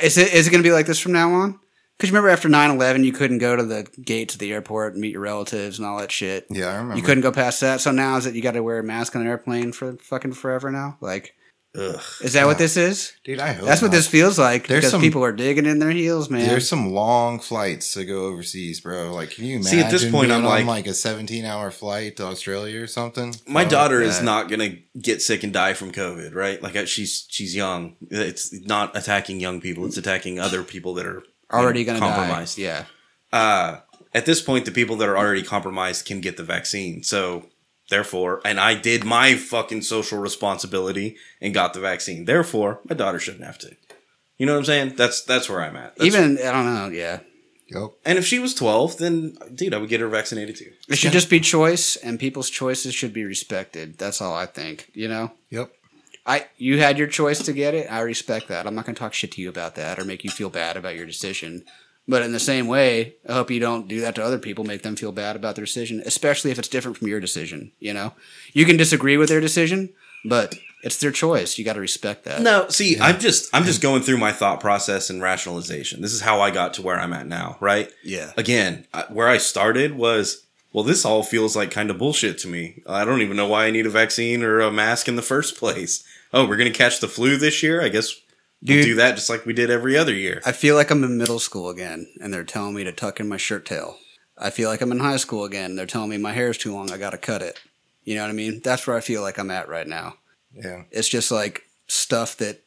S3: Is it is it going to be like this from now on? Because remember after 9-11, you couldn't go to the gates of the airport and meet your relatives and all that shit.
S1: Yeah, I remember.
S3: You couldn't go past that. So now is it you got to wear a mask on an airplane for fucking forever now? Like,
S2: Ugh.
S3: is that what this is?
S1: dude. I hope
S3: That's what
S1: not.
S3: this feels like
S1: There's
S3: because
S1: some-
S3: people are digging in their heels, man.
S1: There's some long flights to go overseas, bro. Like, can you imagine?
S2: See, at this point,
S1: being
S2: I'm
S1: on,
S2: like-
S1: like a 17 hour flight to Australia or something.
S2: My
S1: Fuck
S2: daughter is
S1: that.
S2: not gonna get sick and die from COVID, right? Like I- she's she's young. It's not attacking young people; it's attacking other people that are
S3: Already going to
S2: compromised.
S3: Die. Yeah.
S2: Uh, at this point, the people that are already compromised can get the vaccine. So therefore, and I did my fucking social responsibility and got the vaccine. Therefore, my daughter shouldn't have to. You know what I'm saying? That's that's where I'm at. That's-
S3: Even I don't know. Yeah.
S1: Yep.
S2: and if she was 12, then dude, I would get her vaccinated too.
S3: It should just be choice, and people's choices should be respected. That's all I think. You know.
S1: Yep.
S3: I you had your choice to get it. I respect that. I'm not going to talk shit to you about that or make you feel bad about your decision. But in the same way, I hope you don't do that to other people, make them feel bad about their decision, especially if it's different from your decision, you know? You can disagree with their decision, but it's their choice. You got to respect that.
S2: No, see, I'm just I'm just going through my thought process and rationalization. This is how I got to where I'm at now, right?
S3: Yeah.
S2: Again, I, where I started was well, this all feels like kind of bullshit to me. I don't even know why I need a vaccine or a mask in the first place. Oh, we're going to catch the flu this year? I guess we'll
S3: Dude.
S2: do that just like we did every other year.
S3: I feel like I'm in middle school again, and they're telling me to tuck in my shirt tail. I feel like I'm in high school again. and They're telling me my hair's too long. I gotta cut it. You know what I mean? That's where I feel like I'm at right now.
S1: Yeah.
S3: It's just like stuff that,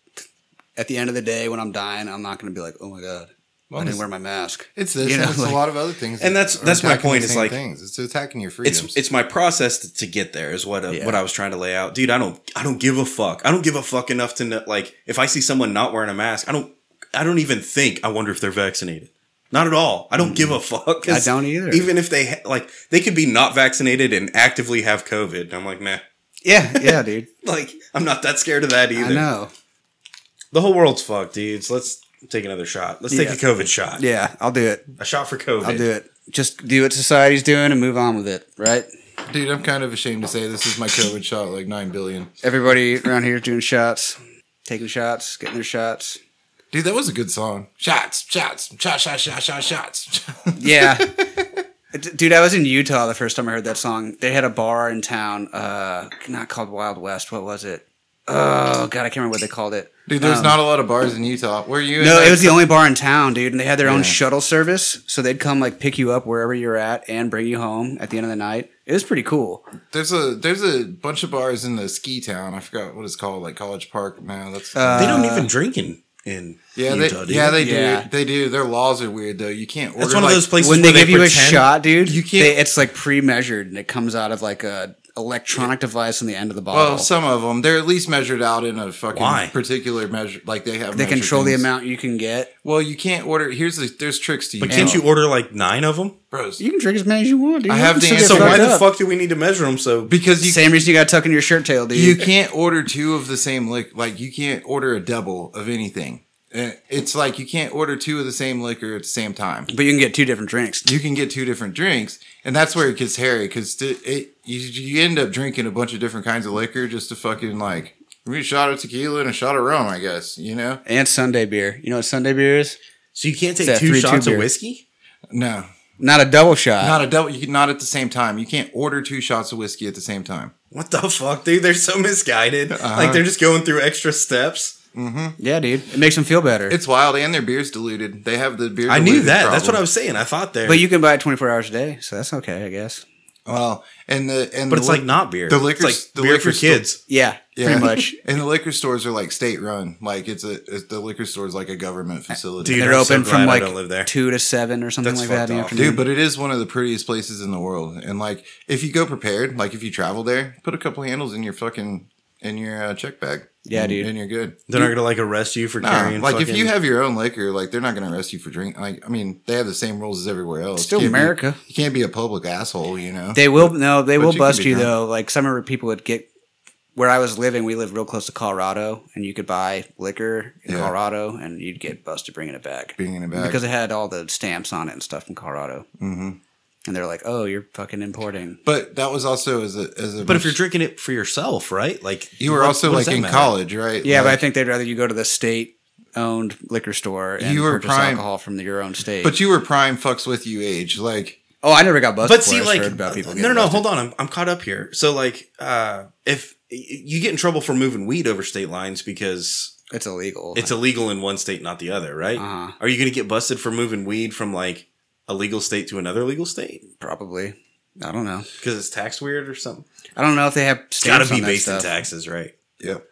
S3: at the end of the day, when I'm dying, I'm not gonna be like, oh my god, I didn't wear my mask.
S1: It's this.
S3: You know,
S1: and it's
S3: like-
S1: a lot of other things,
S2: And
S1: that
S2: that's-
S1: are
S2: that's my
S1: attacking
S2: point,
S1: the
S2: is
S1: same
S2: like-
S1: things. It's attacking your freedoms.
S2: It's it's my process to, to get there is what uh,
S3: Yeah.
S2: what I was trying to lay out, dude. I don't I don't give a fuck. I don't give a fuck enough to know, like if I see someone not wearing a mask, I don't I don't even think. I wonder if they're vaccinated. Not at all. I don't give a fuck. 'cause
S3: Mm. I don't either.
S2: Even if they ha- like, they could be not vaccinated and actively have COVID. I'm like, nah.
S3: Yeah, yeah, dude.
S2: Like, I'm not that scared of that either.
S3: I know.
S2: The whole world's fucked, dudes. Let's take another shot. Let's take
S3: Yeah.
S2: a COVID shot.
S3: Yeah, I'll do it.
S2: A shot for COVID.
S3: I'll do it. Just do what society's doing and move on with it, right?
S1: Dude, I'm kind of ashamed to say this is my COVID shot, like nine billion.
S3: Everybody around here is doing shots, taking shots, getting their shots.
S1: Dude, that was a good song. Shots, shots, shot, shot, shot, shot, shots.
S3: Yeah. D- Dude, I was in Utah the first time I heard that song. They had a bar in town, uh, not called Wild West. What was it? Oh god, I can't remember what they called it.
S1: Dude, there's
S3: Um,
S1: not a lot of bars in Utah. Were you?
S3: No,
S1: in,
S3: it was the only bar in town, dude, and they had their own
S1: Yeah.
S3: shuttle service, so they'd come like pick you up wherever you're at and bring you home at the end of the night. It was pretty cool.
S1: There's a there's a bunch of bars in the ski town. I forgot what it's called, like College Park. No, that's
S2: They
S3: Uh,
S2: don't even drink in, in
S1: yeah, they,
S2: Utah, do
S1: yeah, they
S3: Yeah.
S1: do, they do. Their laws are weird though. You can't order.
S2: That's one
S1: like-
S2: of those places
S3: when
S2: where
S3: they, give you a
S2: pretend-
S3: shot, dude, you
S1: can't-
S3: They, it's like pre-measured, and it comes out of like a electronic device on the end of the bottle.
S1: Well, some of them they're at least measured out in a fucking
S2: Why?
S1: particular measure. Like they have
S3: they
S1: measure
S3: control the
S1: things.
S3: amount you can get.
S1: Well, you can't order. Here's the there's tricks to you.
S2: But can't you order like nine of them?
S1: bros?
S3: You can drink as many as you want, dude.
S1: I have
S3: You can
S1: the
S3: still
S2: So
S3: get
S1: answer.
S2: why
S3: fucked
S2: the
S3: up.
S2: fuck do we need to measure them? So
S1: because you
S3: Same reason you got to tuck in your shirt tail, dude.
S1: you can't order two of the same liquor. Like you can't order a double of anything. Uh, It's like you can't order two of the same liquor at the same time.
S3: but you can get two different drinks.
S1: You can get two different drinks, and that's where it gets hairy because it, it you, you end up drinking a bunch of different kinds of liquor just to fucking like we shot of tequila and a shot of rum, I guess. You know,
S3: And Sunday beer. You know what Sunday beer is?
S2: so you can't take
S3: It's a
S2: two
S3: 3-2
S2: shots of
S3: beer.
S2: whiskey.
S1: no,
S3: Not a double shot.
S1: not a double. You can, not at the same time. You can't order two shots of whiskey at the same time.
S2: What the fuck, dude? They're so misguided. Like they're just going through extra steps.
S3: yeah, dude. It makes them feel better.
S1: It's wild, and their beer's diluted. They have the beer.
S2: I knew
S1: diluted
S2: that. That's what
S1: problem.
S2: I was saying. I thought there,
S3: but you can buy it 24 hours a day, so that's okay, I guess.
S1: Well, and the and
S2: But
S1: the
S2: it's
S1: li-
S2: like not beer.
S1: the
S2: It's
S1: liquor's-
S2: like
S1: the
S2: beer for
S1: liquor's still-
S2: kids.
S3: Yeah, pretty much.
S1: And the liquor stores are like state run. Like it's a it's, the liquor store is like a government facility.
S2: Uh, Dude,
S1: Dude.
S3: They're
S2: I'm so
S3: open
S2: glad I
S3: from
S2: don't live there.
S3: like 2 to 7 or something
S2: That's
S3: like that in the
S2: fucked off.
S3: afternoon.
S1: but it is one of the prettiest places in the world. And like if you go prepared, like if you travel there, put a couple handles in your fucking in your uh, check bag.
S3: Yeah,
S1: and,
S3: dude.
S1: And you're good.
S2: They're not gonna like arrest you for
S1: Nah,
S2: carrying.
S1: like if
S2: fucking-
S1: you have your own liquor, like they're not going to arrest you for drink. Like I mean, they have the same rules as everywhere else.
S3: Still
S1: You can't be-
S3: America.
S1: you can't be a public asshole, you know.
S3: They will no, they
S1: But you
S3: will
S1: can
S3: bust
S1: be
S3: you
S1: drunk.
S3: though. Like some of our people would get where I was living. We lived real close to Colorado, and you could buy liquor in
S1: Yeah.
S3: Colorado, and you'd get busted bringing it back
S1: Being in a bag.
S3: because it had all the stamps on it and stuff from Colorado. Mm-hmm. And they're like, "Oh, you're fucking importing."
S1: but that was also as a as a
S2: but if you're drinking it for yourself, right? Like
S1: you were
S2: what-
S1: also
S2: what does
S1: like
S2: that
S1: in
S2: matter?
S1: college, right?
S3: Yeah, but I
S1: Like-
S3: think they'd rather you go to the state-owned liquor store and
S1: You were
S3: purchase
S1: prime-
S3: alcohol from your own state.
S1: But you were prime fucks with you age. Like
S3: oh, I never got busted.
S2: But see,
S3: for it. I
S2: like
S3: just heard about people.
S2: no,
S3: getting
S2: no, no. Hold
S3: busted.
S2: on, I'm I'm caught up here. So like, uh, if you get in trouble for moving weed over state lines because
S3: it's illegal.
S2: it's illegal in one state, not the other, right?
S3: Uh-huh.
S2: Are you going to get busted for moving weed from like a legal state to another legal state
S3: probably. I don't know.
S2: because it's taxed weird or something?
S3: I don't know if they have.
S2: It's got
S3: stamps
S2: to be
S3: on that
S2: based in
S3: stuff.
S2: taxes, right?
S1: Yep.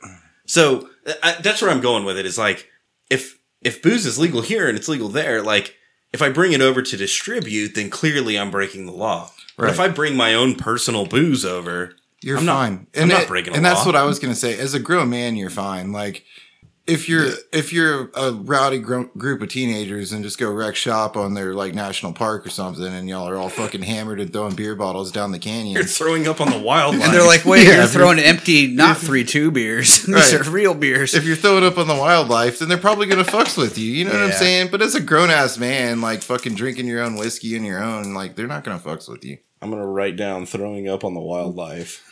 S2: So uh, I, that's where I'm going with it. Is like if if booze is legal here and it's legal there, like if I bring it over to distribute, then clearly I'm breaking the law. But if I
S1: Right.
S2: bring my own personal booze over,
S1: You're
S2: I'm not-
S1: fine.
S2: I'm
S1: and
S2: not
S1: it-
S2: breaking a
S1: And
S2: law.
S1: that's what I was gonna say. As a grown man, you're fine. Like if you're if you're a rowdy gr- group of teenagers and just go wreck shop on their like national park or something, and y'all are all fucking hammered and throwing beer bottles down the
S2: you're
S1: canyon.
S2: throwing up on the wildlife.
S3: And they're like, wait,
S1: Yeah,
S3: you're
S1: if
S3: throwing empty, not three two beers. These
S1: Right.
S3: are real beers.
S1: If you're throwing up on the wildlife, then they're probably gonna fucks with you. You know what I'm
S3: Yeah.
S1: saying? But as a grown ass man, like fucking drinking your own whiskey and your own, like they're not gonna fucks with you.
S2: I'm gonna write down throwing up on the wildlife.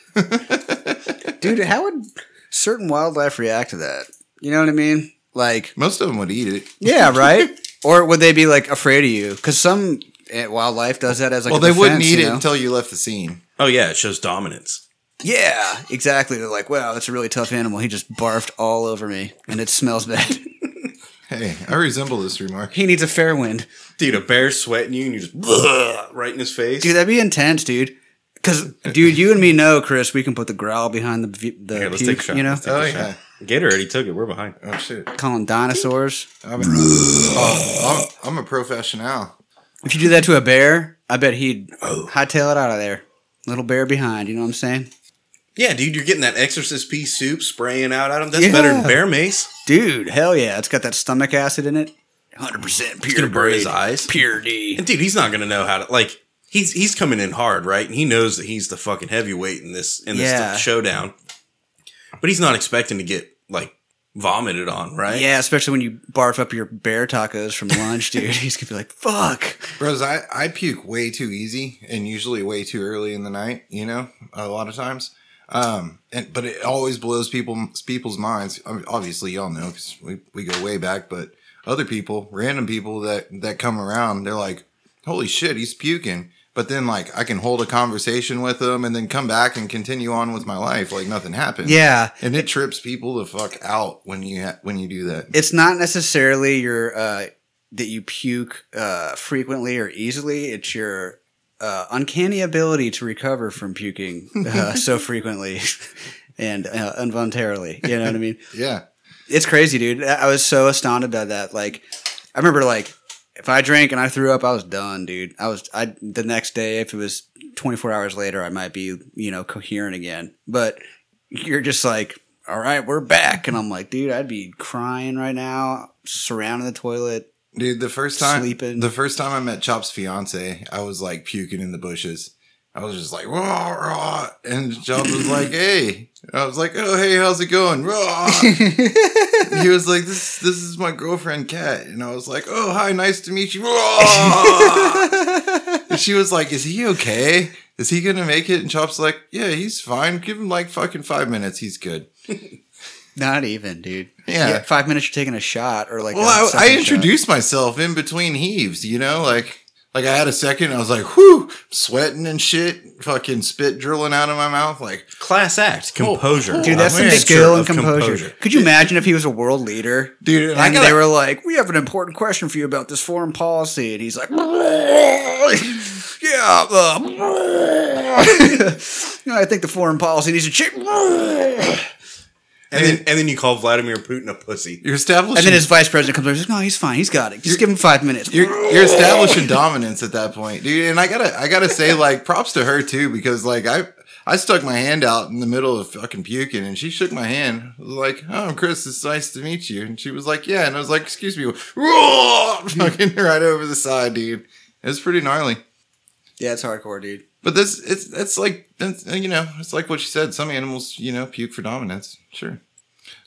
S3: Dude, how would certain wildlife react to that? You know what I mean? Like,
S1: Most of them would eat it.
S3: yeah, right? or would they be like afraid of you? Because some and wildlife does that as like
S1: well,
S3: a
S1: they wouldn't
S3: defense,
S1: eat
S3: you
S1: it
S3: know?
S1: until you left the scene.
S2: Oh yeah, it shows dominance.
S3: Yeah, exactly. They're like, wow, that's a really tough animal. He just barfed all over me, and it smells bad.
S1: Hey, I resemble this remark.
S3: he needs a fair wind,
S2: Dude, a bear sweating you and you just "Bleh," right in his face.
S3: dude. That'd be intense, dude. Because, dude, you and me know, Chris, we can put the growl behind the v- the
S2: Here, let's
S3: puke,
S2: take a shot.
S3: you know,
S2: Let's take a
S1: Oh,
S2: shot. Gator already took it. We're behind.
S1: Oh shit!
S3: calling dinosaurs.
S1: I'm, oh, I'm, I'm a professional.
S3: If you do that to a bear, I bet he'd
S2: Oh.
S3: hightail it out of there. Little bear behind, you know what I'm saying?
S2: Yeah, dude, you're getting that Exorcist pea soup spraying out at him. That's
S3: Yeah.
S2: better than bear mace.
S3: Dude, hell yeah. It's got that stomach acid in it. 100% pure.
S2: It's gonna burn his
S3: grade.
S2: eyes.
S3: Pure D.
S2: And dude, he's not gonna know how to like. He's he's coming in hard, right? And he knows that he's the fucking heavyweight in this in this
S3: Yeah.
S2: showdown. But he's not expecting to get like vomited on, right?
S3: Yeah, especially when you barf up your bear tacos from lunch, dude. He's gonna be like, fuck.
S1: Bros, I, I puke way too easy and usually way too early in the night, you know, a lot of times. Um, and, but it always blows people, people's minds. I mean, obviously, y'all know because we, we go way back, but other people, random people that, that come around, they're like, holy shit, he's puking. But then, like, I can hold a conversation with them and then come back and continue on with my life like nothing happened.
S3: Yeah.
S1: And it trips people the fuck out when you ha- when you do that.
S3: It's not necessarily your, uh, that you puke uh, frequently or easily. It's your uh, uncanny ability to recover from puking uh, so frequently and uh, involuntarily. You know what I mean?
S1: Yeah.
S3: It's crazy, dude. I I was so astounded by that. Like, I remember, like, if I drank and I threw up, I was done, dude. I was, I the next day, if it was 24 hours later, I might be, you know, coherent again. But you're just like, all right, we're back, and I'm like, dude, I'd be crying right now, surrounding the toilet.
S1: Dude, the first time
S3: Sleeping.
S1: the first time I met Chop's fiance, I was like puking in the bushes. I was just like, raw, raw. And Chop was like, hey. I was like, oh hey, how's it going? Raw. he was like, This this is my girlfriend Kat. And I was like, Oh hi, nice to meet you. Raw. and she was like, Is he okay? Is he gonna make it? And Chop's like, Yeah, he's fine. Give him like fucking five minutes, he's good.
S3: Not even, dude.
S1: Yeah.
S3: five minutes you're taking a shot or like. a
S1: Well, I, I
S3: second shot.
S1: introduced myself in between heaves, you know, like like I had a second. I was like, "Whoo!" Sweating and shit, fucking spit drilling out of my mouth. Like,
S2: Class act, composure,
S3: Dude, that's
S2: A
S3: some
S2: picture
S3: skill and
S2: of
S3: composure. Could you imagine if he was a world leader?
S1: dude, and
S3: And
S1: I got
S3: they were like, "We have an important question for you about this foreign policy," and he's like, "Yeah, uh, you know, I think the foreign policy needs to change." And
S2: And then and then you call Vladimir Putin a pussy.
S1: you're establishing
S3: then his vice president comes over, and says, "No, he's fine. He's got it. Just give him five minutes."
S1: you're, you're establishing dominance at that point, dude. And I gotta, I gotta say, like, props to her too, because like I, I stuck my hand out in the middle of fucking puking, and she shook my hand. I was like, "Oh, Chris, it's nice to meet you." And she was like, "Yeah," and I was like, "Excuse me," Roar! fucking right over the side, dude. It was pretty gnarly.
S3: yeah, it's hardcore, dude.
S1: But this, it's, it's like, it's, you know, it's like what she said. Some animals, you know, puke for dominance, sure.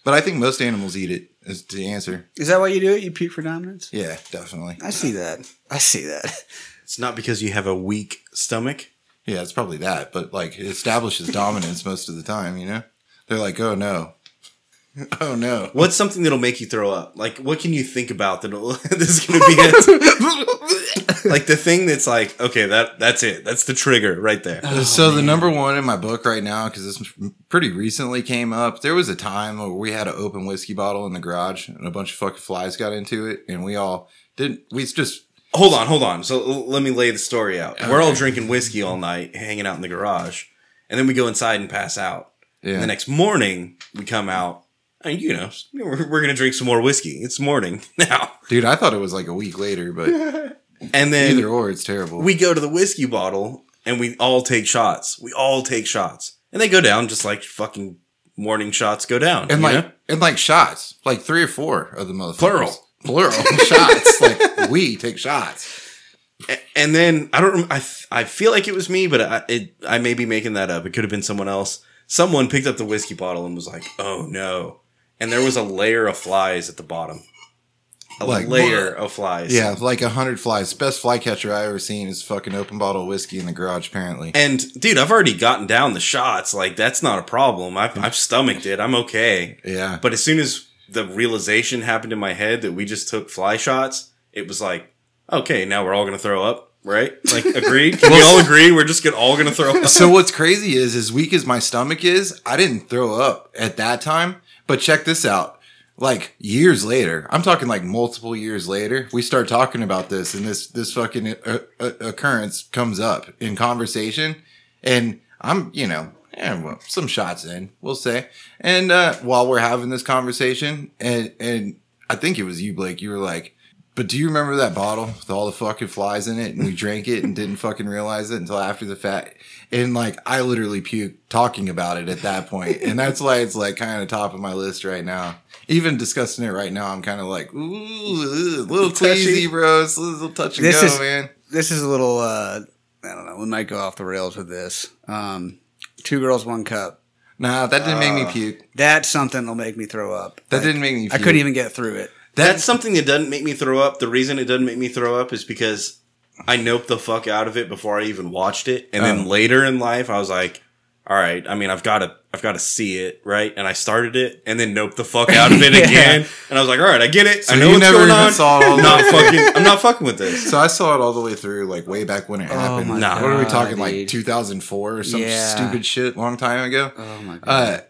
S1: But I think most animals eat it. Is the answer?
S3: Is that why you do it? You puke for dominance?
S1: Yeah, definitely.
S3: I see that. I see that.
S2: It's not because you have a weak stomach.
S1: Yeah, it's probably that, but like it establishes dominance most of the time, you know? They're like, oh no. oh no.
S2: What's something that'll make you throw up? Like, what can you think about that? this is gonna be it. like the thing that's like, okay, that that's it. That's the trigger right there.
S1: so, the number one in my book right now, because this pretty recently came up, there was a time where we had an open whiskey bottle in the garage and a bunch of fucking flies got into it, and we all didn't, we just,
S2: Hold on, hold on. So l- let me lay the story out. We're all drinking whiskey all night, hanging out in the garage, and then we go inside and pass out.
S1: yeah.
S2: The next morning, we come out, and you know, we're, we're gonna drink some more whiskey. It's morning now,
S1: Dude, I thought it was like a week later, but
S2: and then
S1: either or, it's terrible.
S2: we go to the whiskey bottle and we all take shots. We all take shots, and they go down just like fucking morning shots go down.
S1: and
S2: you
S1: like,
S2: know?
S1: and like shots, like three or four of the motherfuckers.
S2: Plural.
S1: Plural shots. Like, we take shots.
S2: A- and then I don't. rem- I f- I feel like it was me, but I it, I may be making that up. It could have been someone else. Someone picked up the whiskey bottle and was like, "Oh no!" And there was a layer of flies at the bottom. A
S1: Like,
S2: layer of flies.
S1: Yeah, like a hundred flies. Best fly catcher I ever seen is fucking open bottle of whiskey in the garage. Apparently,
S2: And dude, I've already gotten down the shots. Like that's not a problem. I've, I've stomached it. I'm okay.
S1: yeah.
S2: But as soon as the realization happened in my head that we just took fly shots, it was like, okay, now we're all gonna throw up. right? Like, agreed? Can we all agree we're just gonna, all going to throw up?
S1: so what's crazy is as weak as my stomach is, I didn't throw up at that time. But check this out. Like years later, I'm talking like multiple years later, we start talking about this, and this this fucking uh, uh, occurrence comes up in conversation, and I'm you know eh, well, some shots in, we'll say, and uh, while we're having this conversation, and and I think it was you, Blake, you were like, but do you remember that bottle with all the fucking flies in it? And we drank it and didn't fucking realize it until after the fact. And like, I literally puked talking about it at that point. And that's why it's like kind of top of my list right now. Even discussing it right now, I'm kind of like, ooh, a little
S3: Touchy.
S1: queasy, bro. It's a little touch and
S3: This
S1: go,
S3: is-
S1: man.
S3: This is a little. uh I don't know. We might go off the rails with this. Um, two girls, one cup.
S1: Nah, that didn't make me
S3: Ah.
S1: puke.
S3: That's something that'll make me throw up.
S1: That
S3: Like,
S1: didn't make me
S3: I
S1: puke.
S3: couldn't even get through it.
S2: That's something that doesn't make me throw up. The reason it doesn't make me throw up is because I noped the fuck out of it before I even watched it, and then
S1: Oh.
S2: later in life, I was like, "All right, I mean, I've got to, I've got to see it, right?" And I started it, and then noped the fuck out of it
S3: Yeah.
S2: again, and I was like, "All right, I get it.
S1: So
S2: I know
S1: you
S2: what's
S1: never
S2: going
S1: even
S2: on.
S1: saw all
S2: I'm
S1: the-
S2: not fucking, I'm not fucking with this."
S1: So I saw it all the way through, like way back when it
S2: Oh
S1: happened.
S3: my
S1: Nah, what are we
S3: God,
S1: talking,
S3: dude.
S1: like 2004 or some
S3: Yeah.
S1: stupid shit long time ago?
S3: Oh my god!
S1: Uh,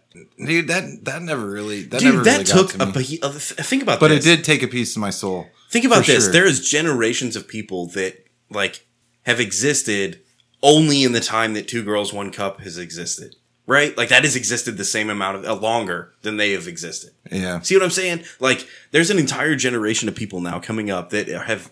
S1: dude, that that never really that never
S2: Dude, that
S1: really
S2: took
S1: got to
S2: a
S1: me.
S2: pe- uh, th- think about
S1: but
S2: this.
S1: it did take a piece of my soul.
S2: Think about
S1: For
S2: this.
S1: sure.
S2: There is generations of people that like have existed only in the time that Two Girls One Cup has existed. Right? Like that has existed the same amount of uh, longer than they have existed.
S1: Yeah,
S2: See what I'm saying? Like there's an entire generation of people now coming up that have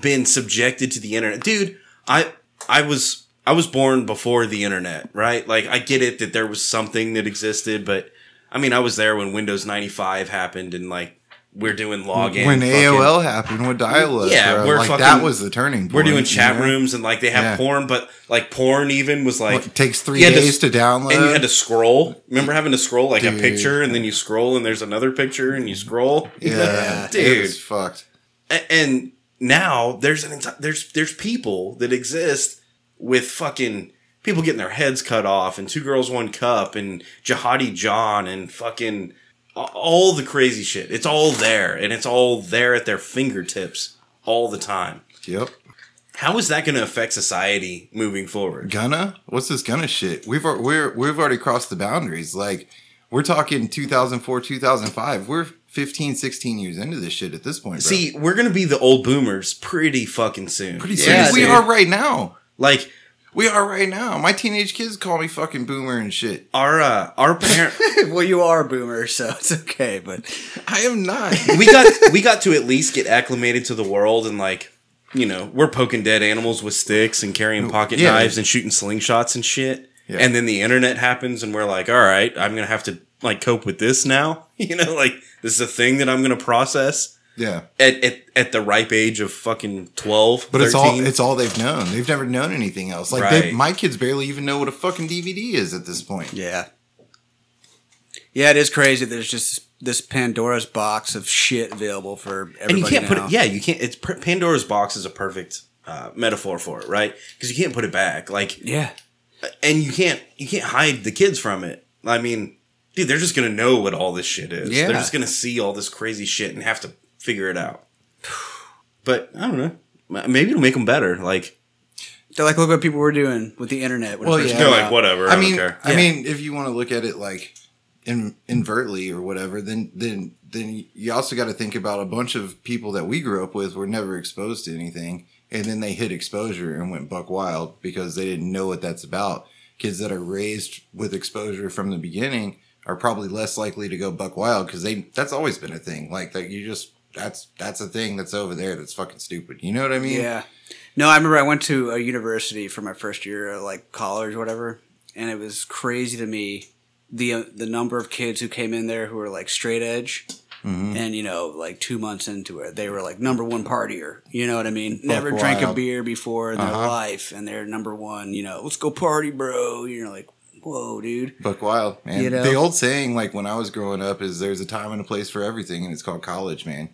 S2: been subjected to the internet. Dude, I I was I was born before the internet, right? Like I get it that there was something that existed, but I mean, I was there when Windows 95 happened and like we're doing login
S1: when
S2: fucking-
S1: AOL happened with dial-up,
S2: Yeah,
S1: bro,
S2: we're
S1: like
S2: fucking-
S1: that was the turning. point.
S2: we're doing chat
S1: you know?
S2: rooms and like they have
S1: Yeah.
S2: porn, but like porn even was like,
S1: Like, it takes three
S2: you had to-
S1: days to, download.
S2: and you had to scroll. Remember having to scroll like a
S1: Dude.
S2: picture and then you scroll and there's another picture and you scroll.
S1: yeah, it
S2: dude.
S1: was fucked.
S2: A- And now there's an enti- there's there's people that exist with fucking people getting their heads cut off and two girls one cup and jihadi John and fucking a- all the crazy shit. It's all there and it's all there at their fingertips all the time.
S1: Yep.
S2: How is that going to affect society moving forward?
S1: Gunna, what's this Gunna shit? We've al- we're we've already crossed the boundaries. Like we're talking 2004, 2005. We're 15, 16 years into this shit at this point. Bro.
S2: See, we're gonna be the old boomers pretty fucking soon.
S1: pretty soon
S3: yeah,
S1: we
S2: dude.
S1: are right now.
S2: Like
S1: We are right now. My teenage kids call me fucking boomer and shit.
S2: our uh, our parent.
S3: well, you are a boomer, so it's okay. But
S1: I am not.
S2: we got we got to at least get acclimated to the world and like you know we're poking dead animals with sticks and carrying pocket
S1: Oh, Yeah.
S2: knives and shooting slingshots and shit.
S1: Yeah.
S2: And then the internet happens and we're like, all right, I'm gonna have to like cope with this now. You know, like this is a thing that I'm gonna process
S1: yeah.
S2: at at, at the ripe age of fucking twelve.
S1: But it's all
S2: 13.
S1: it's all they've known. They've never known anything else. Like they,
S2: Right.
S1: my kids barely even know what a fucking DVD is at this point.
S3: yeah, yeah, it is crazy. There's just this Pandora's box of shit available for everybody.
S2: and you can't put
S3: now.
S2: it. Yeah, you can't. It's per- Pandora's box is a perfect uh, metaphor for it, right? Because you can't put it back. Like,
S3: yeah.
S2: and you can't you can't hide the kids from it. I mean, dude, they're just gonna know what all this shit is.
S3: Yeah.
S2: They're just gonna see all this crazy shit and have to figure it out. But I don't know. M- Maybe it'll make them better. Like,
S3: They're like, look what people were doing with the internet. When
S1: Well,
S3: it first
S1: yeah.
S3: came
S2: they're like,
S3: out.
S2: whatever. I,
S1: I mean,
S2: don't care.
S1: I
S3: Yeah.
S1: mean, if you want to look at it like in, invertly or whatever, then then then you also got to think about a bunch of people that we grew up with were never exposed to anything, and then they hit exposure and went buck wild because they didn't know what that's about. Kids that are raised with exposure from the beginning are probably less likely to go buck wild because they that's always been a thing. Like that, you just that's that's a thing that's over there that's fucking stupid. You know what I mean?
S3: Yeah. No, I remember I went to a university for my first year, uh, like college or whatever, and it was crazy to me the uh, the number of kids who came in there who were like straight edge,
S2: Mm-hmm.
S3: and you know, like two months into it, they were like number one partier. You know what I mean? Never drank a
S1: wild.
S3: beer before in
S2: Uh-huh.
S3: their life, and they're number one. You know, let's go party, bro. You're like, whoa, dude.
S1: Buck wild, man.
S3: You know?
S1: The old saying, like when I was growing up, is there's a time and a place for everything, and it's called college, man.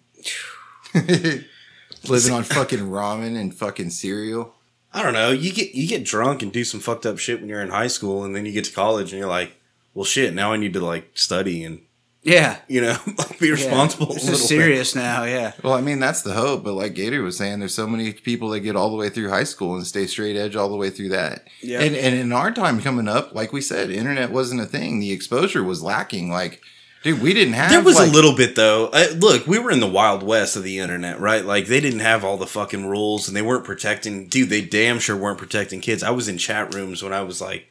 S1: Living on fucking ramen and fucking cereal.
S2: I don't know. You get you get drunk and do some fucked up shit when you're in high school, and then you get to college and you're like, well, shit. Now I need to like study and
S3: Yeah.
S2: You know, like be
S3: yeah.
S2: responsible.
S3: This
S2: a little
S3: is
S2: bit.
S3: serious now. Yeah.
S1: Well, I mean, that's the hope. But like Gator was saying, there's so many people that get all the way through high school and stay straight edge all the way through that.
S3: Yeah.
S1: And and in our time coming up, like we said, internet wasn't a thing. The exposure was lacking. Like, dude, we didn't have.
S2: There was
S1: like-
S2: a little bit though. I, look, we were in the wild west of the internet, right? Like they didn't have all the fucking rules, and they weren't protecting. Dude, they damn sure weren't protecting kids. I was in chat rooms when I was like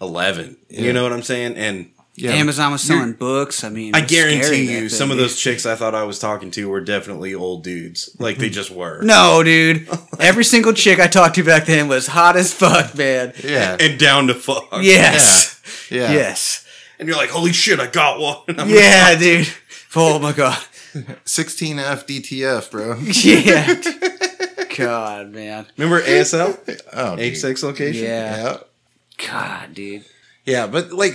S2: eleven.
S1: Yeah.
S2: You know what I'm saying? And
S1: Yeah.
S3: Amazon was selling books. I mean,
S2: I
S3: it was scary
S2: guarantee
S3: back
S2: you,
S3: then,
S2: some of
S3: dude.
S2: those chicks I thought I was talking to were definitely old dudes. Like
S1: Mm-hmm.
S2: they just were.
S3: No, dude. Every single chick I talked to back then was hot as fuck, man.
S1: Yeah.
S2: And down to fuck.
S3: Yes.
S1: Yeah.
S3: Yes.
S2: And you're like, holy shit, I got one. I'm
S3: Yeah, dude. Oh my god.
S1: 16F DTF, bro.
S3: Yeah. God, man.
S2: Remember ASL?
S1: Oh,
S2: Age
S1: dude.
S2: sex location?
S3: Yeah.
S1: Yeah.
S3: God, dude.
S1: Yeah, but like,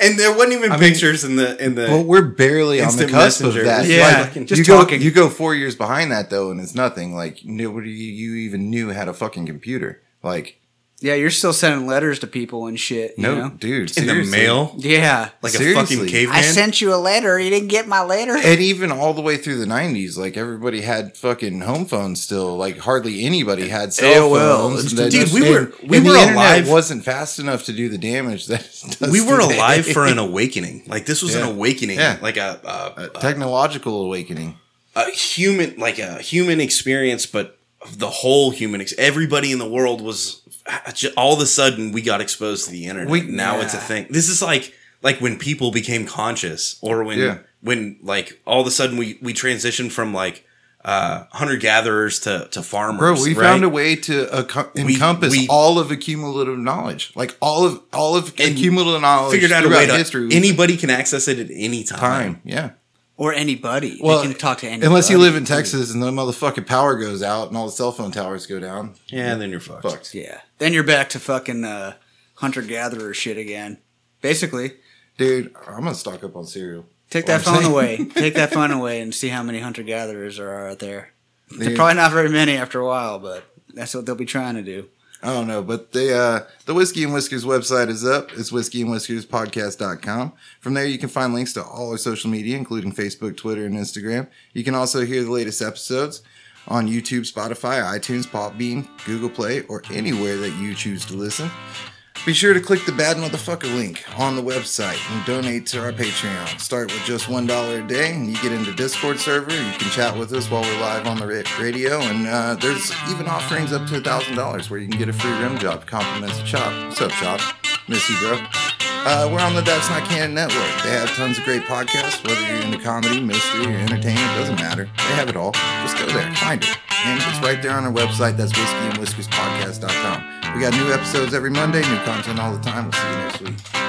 S2: And there wasn't even
S1: I mean-
S2: pictures in the in the
S1: well, we're barely on the
S2: Instant
S1: cusp
S2: messenger.
S1: of that.
S3: Yeah,
S1: Like,
S3: just
S1: you
S3: talking.
S1: Go, you go four years behind that though, and it's nothing. Like nobody you even knew had a fucking computer. Like,
S3: Yeah, you're still sending letters to people and shit. You
S1: no,
S3: Know?
S1: dude,
S2: in the
S1: seriously.
S2: mail.
S3: Yeah.
S2: Like a fucking
S1: Seriously.
S2: caveman.
S3: you a letter. You didn't get my letter.
S1: and even all the way through the 90s like everybody had fucking home phones still like hardly anybody had cell
S3: AOL.
S1: phones
S3: Dude,
S1: That-
S2: we were-
S1: and-
S2: we
S1: and
S2: were
S1: the internet
S2: alive-
S1: wasn't fast enough to do the damage that it does
S2: we were
S1: today.
S2: alive for an awakening. Like this was
S1: Yeah.
S2: an awakening,
S1: Yeah. Uh,
S2: like a, a, a,
S1: technological awakening
S2: a human, like a human experience, but the whole human. Ex- everybody in the world was uh, all of a sudden we got exposed to the internet.
S1: We-
S2: now it's a
S3: Yeah.
S2: thing. This is like like when people became conscious, or when
S1: Yeah.
S2: when like all of a sudden we we transitioned from like uh, hunter gatherers to to farmers.
S1: bro we
S2: right?
S1: found a way to acco-
S2: We-
S1: encompass
S2: we-
S1: all of accumulative knowledge like all of all of
S2: And
S1: accumulative knowledge
S2: figured out a way
S1: throughout
S2: to
S1: history
S2: anybody can access it at any time.
S1: time yeah
S3: Or anybody.
S1: Well,
S3: they can talk to anybody.
S1: unless you live in texas and the motherfucking power goes out and all the cell phone towers go down
S2: Yeah, and then you're fucked.
S1: fucked
S3: Yeah. Then you're back to fucking uh, hunter gatherer shit again. Basically,
S1: dude i'm gonna stock up on cereal What
S3: take that
S1: I'm
S3: phone
S1: saying.
S3: away. Take that phone away and see how many hunter gatherers are out there. They're
S1: Dude.
S3: probably not very many after a while, but that's what they'll be trying to do.
S1: I don't know, but the uh, the Whiskey and Whiskers website is up. It's whiskey and whiskers podcast.com. From there, you can find links to all our social media, including Facebook, Twitter, and Instagram. You can also hear the latest episodes on YouTube, Spotify, iTunes, Podbean, Google Play, or anywhere that you choose to listen. Be sure to click the bad motherfucker link on the website and donate to our Patreon. Start with just one dollar a day, and you get into Discord server. You can chat with us while we're live on the ra- radio, and uh, there's even offerings up to thousand dollars where you can get a free rim job. Compliments to Chop. What's up, Chop? Miss you, bro. Uh, we're on the That's Not Canon Network. They have tons of great podcasts, whether you're into comedy, mystery, or entertainment, doesn't matter. They have it all. Just go there, find it. And it's right there on our website. That's whiskeyandwhiskerspodcast.com. We got new episodes every Monday, new content all the time. We'll see you next week.